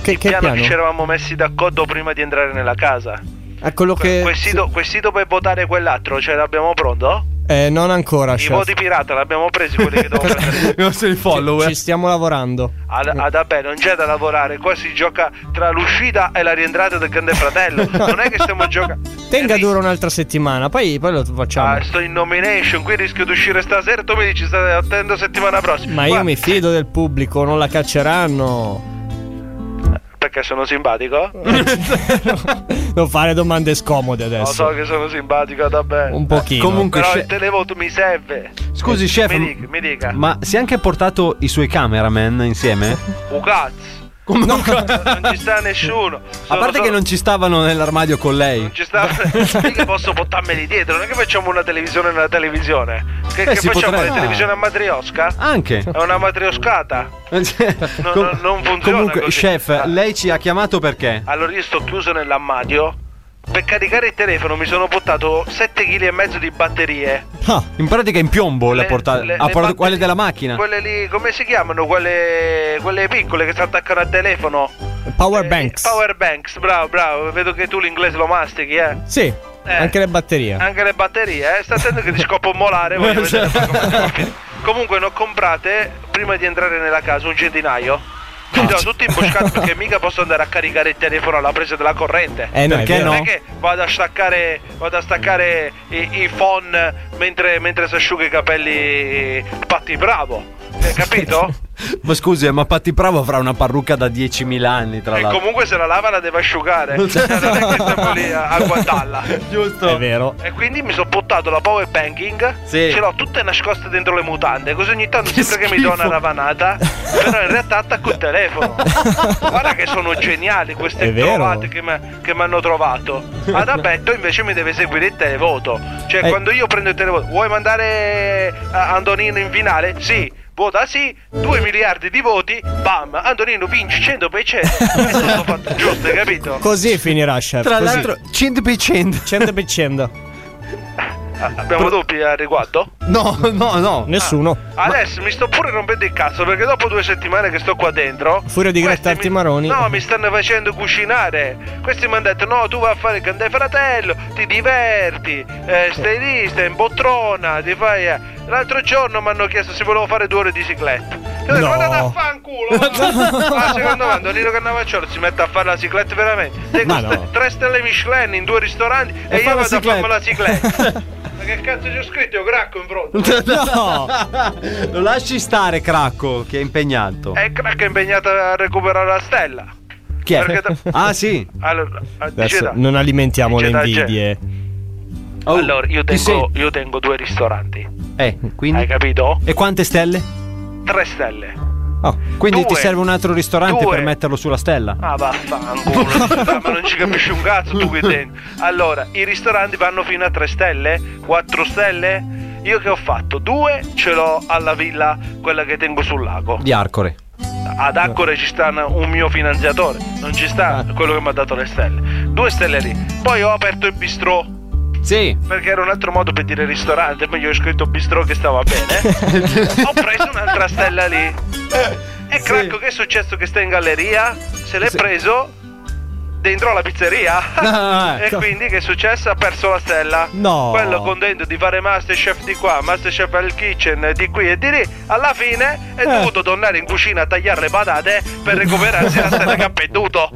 Che, che
piano,
piano?
che ci eravamo messi d'accordo prima di entrare nella casa.
È quello che.
Quel sito, quel sito per votare quell'altro, ce l'abbiamo pronto?
Cioè,
Eh, non ancora,
I
chef.
voti pirata l'abbiamo presi quelli che dovevo prendere.
Non sei il follower.
Ci stiamo lavorando.
Ad- Adabè, non c'è da lavorare, qua si gioca tra l'uscita e la rientrata del Grande Fratello. Non è che stiamo giocando.
Tenga dura un'altra settimana, poi, poi lo facciamo.
Ah,
Sto in nomination, qui rischio di uscire stasera. Tu mi dici, stai attendo settimana prossima.
Ma io mi fido del pubblico, non la cacceranno.
Perché sono simpatico?
Non fare domande scomode
Lo
adesso.
so che sono simpatico, Adabè.
Un pochino.
Comunque,
Però
chef-
il televoto mi serve.
Scusi,
Mi
chef,
dica, mi dica.
Ma si è anche portato i suoi cameraman insieme?
Ucaz.
Comunque,
non ci sta nessuno.
a
Sono
parte
solo-
che non ci stavano nell'armadio con lei.
ci sta. Non è che posso buttarmeli dietro, non è che facciamo una televisione nella televisione. Che,
Eh,
che
si
facciamo
potrebbe.
la televisione a matriosca?
Anche.
È una matrioscata. No, no, Ah. non funziona
Cioè, Comunque,
così. Ah.
chef, lei ci ha chiamato perché?
Allora io sto chiuso nell'armadio. Per caricare il telefono mi sono buttato 7 kg e mezzo di batterie.
In pratica in piombo le, ha
Le-
portato. ha
le- le
portato
batterie-
quelle della macchina.
Quelle lì, come si chiamano? Quelle, quelle piccole che si attaccano al telefono.
Power banks.
Power banks, bravo, bravo. Vedo che tu l'inglese lo mastichi, eh.
Sì, anche le batterie.
Anche le batterie, eh. Sta attento che ti scoppo un molare. voglio vedere poi come andiamo a finire. Comunque, ne ho comprate prima di entrare nella casa un centinaio. Quindi sono tutti imboscati perché mica posso andare a caricare il telefono alla presa della corrente.
Eh, no, è
perché
vero.
non è che vado a staccare, vado a staccare i, i phone mentre, mentre si asciuga i capelli Patti Bravo. Eh, capito?
Ma scusi, eh, ma Patti Bravo avrà una parrucca da 10.000 anni, tra
e
l'altro.
comunque se la lava la deve asciugare. Non è che stiamo lì a, a guardarla.
Giusto. È vero.
E quindi mi sono buttato la power banking.
Sì.
Ce l'ho tutte nascoste dentro le mutande. Così ogni tanto sembra che mi do una ravanata. però in realtà attacco il telefono. Guarda che sono geniali queste
È vero.
trovate che mi- che mi hanno trovato. Ad Abetto invece mi deve seguire il televoto. Cioè,
Eh.
quando io prendo il televoto, vuoi mandare a- Antonino in finale? Sì. Vota sì, 2 miliardi di voti, bam, Antonino vince 100%. È tutto fatto giusto, hai capito?
Così finirà, chef.
Tra
così.
l'altro,
100%.
100%.
Ah, Abbiamo dubbi al riguardo?
No, no, no.
Nessuno.
Adesso mi sto pure rompendo il cazzo perché dopo due settimane che sto qua dentro.
Furia di
questi
grattarti i
mi-
maroni.
No, mi stanno facendo cucinare. Questi mi hanno detto: no, tu vai a fare il grande fratello, ti diverti, eh, stai lì, stai in poltrona, ti fai. eh. L'altro giorno mi hanno chiesto se volevo fare due ore di cicletta. Io ho detto,
No.
"Guardate a fanculo! va." Eh, Ma Ah, secondo me Antonino Cannavacciolo si mette a fare la cicletta veramente. Te
Ma
costa
no.
Tre stelle Michelin in due ristoranti e,
E fa la
io vado a
cicletta.
farmi la cicletta. Ma che cazzo ci ho scritto? Io cracco in fronte.
No! Lo lasci stare, Cracco, che è impegnato.
E il crack è impegnato a recuperare la stella.
Chi è?
Perché da-
Ah, sì.
Allora, ah, dice
Adesso
da-
non alimentiamo le
Dice da-
invidie.
allora, io
ti
tengo, io tengo due ristoranti,
Eh, quindi.
Hai capito?
E quante stelle?
tre stelle.
Oh, quindi ti
Due.
serve un altro ristorante
Due.
per metterlo sulla stella.
Ah, vaffanculo, scusa, ma non ci capisci un cazzo tu qui dentro. Allora, i ristoranti vanno fino a tre stelle? Quattro stelle? Io che ho fatto? Due ce l'ho alla villa, quella che tengo sul lago.
Di Arcore.
Ad Accore ci sta un mio finanziatore, non ci
Ah.
sta quello che mi ha dato le stelle. Due stelle lì. Poi ho aperto il bistrò.
Sì.
Perché era un altro modo per dire ristorante, ma io ho scritto bistrò che stava bene. ho preso un'altra stella lì.
Eh,
E cracco, che è successo che sta in galleria? Se l'è preso dentro la pizzeria.
Ah,
e
ecco.
quindi che è successo? Ha perso la stella.
No.
Quello contento di fare Masterchef di qua, Masterchef al kitchen di qui e di lì. Alla fine
Eh.
è dovuto tornare in cucina a tagliare le patate per recuperarsi la stella che ha perduto.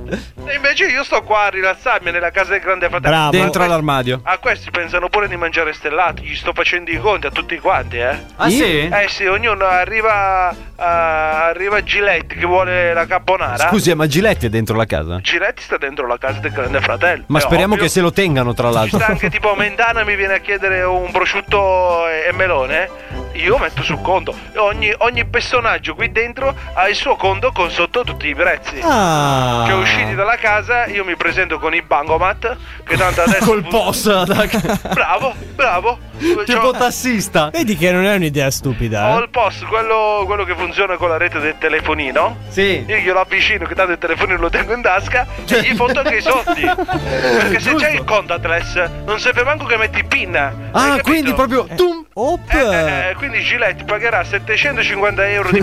E invece io sto qua a rilassarmi nella casa del grande fratello.
Dentro
A
all'armadio.
a Ah, questi pensano pure di mangiare stellato, gli sto facendo i conti a tutti quanti, eh.
Ah, sì?
Eh sì, ognuno arriva a arriva Gillette che vuole la carbonara.
Scusi, eh, ma Giletti è dentro la casa?
Gillette sta dentro la casa del grande fratello.
Ma
È
speriamo
Eh, ovvio.
che se lo tengano, tra
Ci
l'altro.
sta anche tipo Mentana mi viene a chiedere un prosciutto e e melone. Io metto sul conto. Ogni, ogni personaggio qui dentro ha il suo conto con sotto tutti i prezzi.
Ah.
Che usciti dalla casa io mi presento con i bangomat. Che tanto adesso.
Col POS.
Bravo, bravo. Cioè,
Tipo tassista.
Vedi che non è un'idea stupida.
Ho
eh?
il POS, quello, quello che funziona con la rete del telefonino.
Sì.
Io glielo avvicino, che tanto il telefonino lo tengo in tasca e gli fondo anche i
Cioè.
soldi. Perché se c'è il contactless, non serve manco che metti PIN.
Ah, quindi proprio. Tum, op.
Eh, eh, quindi Gillette pagherà 750 euro di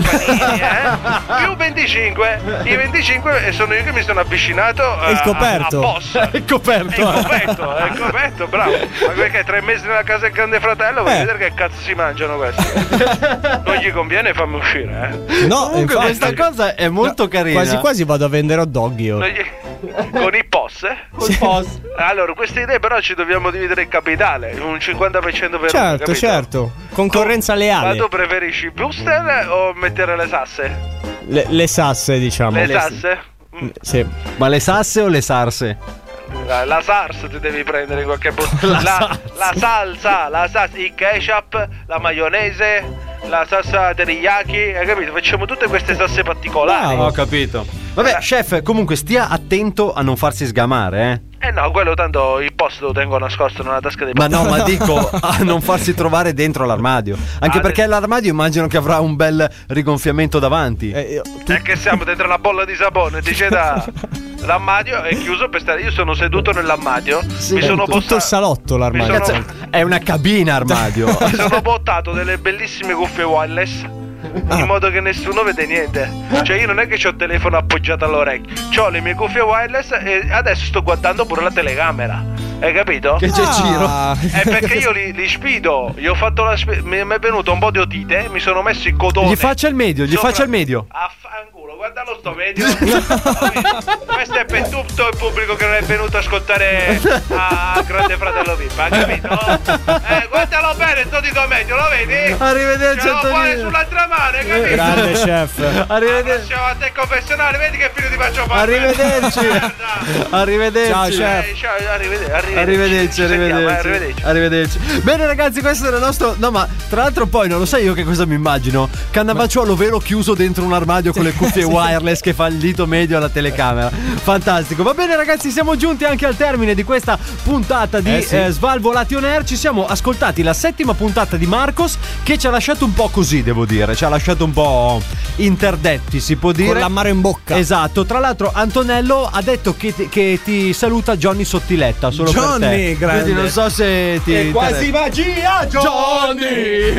panini, eh? più 25. I 25 sono io che mi sono avvicinato eh,
E il coperto.
A, a boss.
È coperto.
Il coperto, eh, il coperto, bravo. Ma perché tre mesi nella casa del grande fratello
Eh.
voglio vedere che cazzo si mangiano questi. Non gli conviene farmi uscire, eh.
No,
Comunque,
infatti-
questa cosa è molto carina.
Quasi quasi vado a vendere hot dog io.
Non gli- Con i POS, eh? Allora, queste idee però ci dobbiamo dividere il capitale, un 50% per
Certo,
uno, capito?
certo. Concorrenza
Ma
leale.
tu preferisci i booster o mettere le sasse?
Le, le sasse, diciamo. Mm,
Le sasse? Mm.
Sì.
Ma le sasse o le sarse?
La, la SARS ti devi prendere in qualche posto. La, la salsa, la salsa, il ketchup, la maionese, la salsa teriyaki, hai capito? Facciamo tutte queste salse particolari.
Ho capito. Vabbè, chef, comunque stia attento a non farsi sgamare, eh.
Eh no, quello tanto il post lo tengo nascosto nella tasca dei
Ma no, ma dico a non farsi trovare dentro l'armadio. Anche
Ah,
perché l'armadio immagino che avrà un bel rigonfiamento davanti.
Eh,
È Cioè, che siamo dentro una bolla di sapone, dice da... L'armadio è chiuso per stare. Io sono seduto nell'armadio. mi sono
tutto
posta-
il salotto l'armadio.
mi sono-
Cazzo, È una cabina armadio.
Mi sono portato delle bellissime cuffie wireless.
Ah.
In modo che nessuno vede niente. Cioè, io non è che ho il telefono appoggiato all'orecchio. Ho le mie cuffie wireless e adesso sto guardando pure la telecamera. Hai capito?
Che c'è
Ah.
giro.
È perché io li, li spido. Gli ho fatto la spi- mi, mi è venuto un po' di otite. Mi sono messo il cotone.
Gli faccia il medio, gli
Sopra-
faccia il medio.
Affanculo, guardalo sto medio. Vabbè, Questo è per tutto il pubblico che non è venuto a ascoltare a Grande Fratello VIP, ha capito? Eh, guardalo bene, sto dico meglio, lo vedi?
Arrivederci,
Ce l'ho pure
Antonino.
sull'altra mano, hai capito?
Grande chef. Arrivederci.
Siamo a te confessionale, vedi che figlio ti faccio fare.
Arrivederci. Arrivederci.
Ciao, chef. Ciao, arrivederci.
Arrivederci,
Ci sentiamo, eh,
arrivederci. Arrivederci. Bene ragazzi, questo era il nostro... No, ma tra l'altro poi non lo sai io che cosa mi immagino? Cannavacciuolo vero chiuso dentro un armadio con le cuffie wireless che fa il dito medio alla telecamera. Fantastico. Va bene ragazzi, siamo giunti anche al termine di questa puntata di
Eh, sì.
eh, Svalvolati on Air. Ci siamo ascoltati la settima puntata di Marcos che ci ha lasciato un po' così, devo dire. Ci ha lasciato un po' interdetti, si può dire.
l'ammaro in bocca.
Esatto. Tra l'altro Antonello ha detto che ti, che ti saluta Johnny Sottiletta solo per te.
Johnny, grande.
Quindi non so se ti
È quasi
interessa.
magia, Johnny!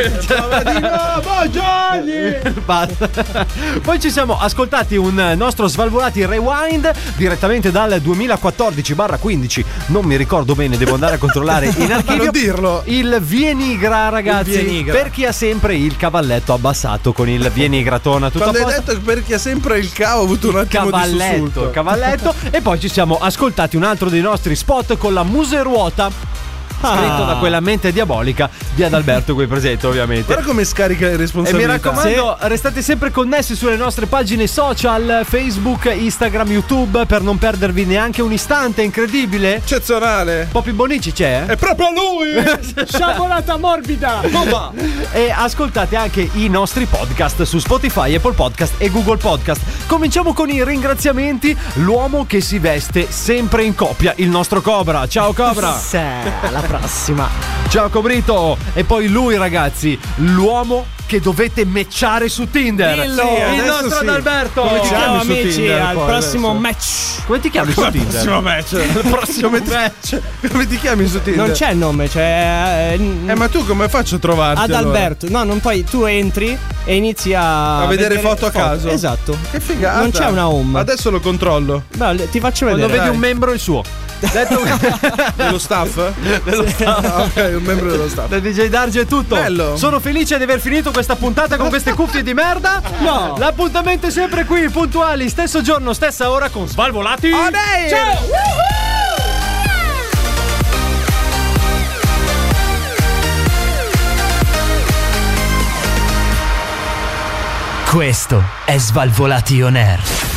Di nuovo, Johnny!
Basta. Poi ci siamo ascoltati un eh, nostro Svalvolati Rewind direttamente dal 2014-15. Non mi ricordo bene, devo andare a controllare in archivio.
Non dirlo.
Il Vienigra, ragazzi.
Il Vienigra.
Per chi ha sempre il cavalletto abbassato con il Vienigra tona tutto
Quando
a
hai
posto.
detto perché sempre il cavo ho avuto un attimo di
Cavalletto,
sussulto.
cavalletto. e poi ci siamo ascoltati un altro dei nostri spot con la museruota. Scritto
Ah.
da quella mente diabolica di Adalberto qui presente, ovviamente.
Guarda come scarica le
E mi
responsabilità.
raccomando, restate sempre connessi sulle nostre pagine social, Facebook, Instagram, YouTube, per non perdervi neanche un istante, incredibile.
Eccezionale.
Poppy Bonici c'è? eh?
È proprio lui!
Sciabolata morbida!
Bomba!
E ascoltate anche i nostri podcast su Spotify, Apple Podcast e Google Podcast. Cominciamo con i ringraziamenti. L'uomo che si veste sempre in coppia, il nostro Cobra. Ciao Cobra!
Sì, alla prossima.
Ciao Cobrito! E poi lui, ragazzi, l'uomo che dovete matchare su Tinder.
Dillo!
Sì,
Adesso
il nostro
sì.
Adalberto.
Come ti
Ciao
chiami su
amici,
Tinder
al
poi
prossimo
adesso?
match. Come ti chiami su
Al
Tinder?
prossimo match.
Al prossimo
Come ti- cioè,
match.
Come ti chiami su Tinder?
Non c'è il nome, c'è. Eh,
ma tu come faccio a trovarti?
Ad
allora?
Alberto, no, non poi tu entri e inizi a.
A vedere foto a caso.
Esatto.
Che figata.
Non c'è una home.
Adesso lo controllo.
Beh, ti faccio vedere.
Quando vedi un
membro il suo.
Dello staff?
Dello staff.
Ah, ok, un membro dello staff.
Da DJ Darge è tutto.
Bello.
Sono felice di aver finito questa puntata con queste cuffie di merda.
No.
L'appuntamento è sempre qui, puntuali, stesso giorno, stessa ora con Svalvolati. Ciao.
Questo è Svalvolation Air.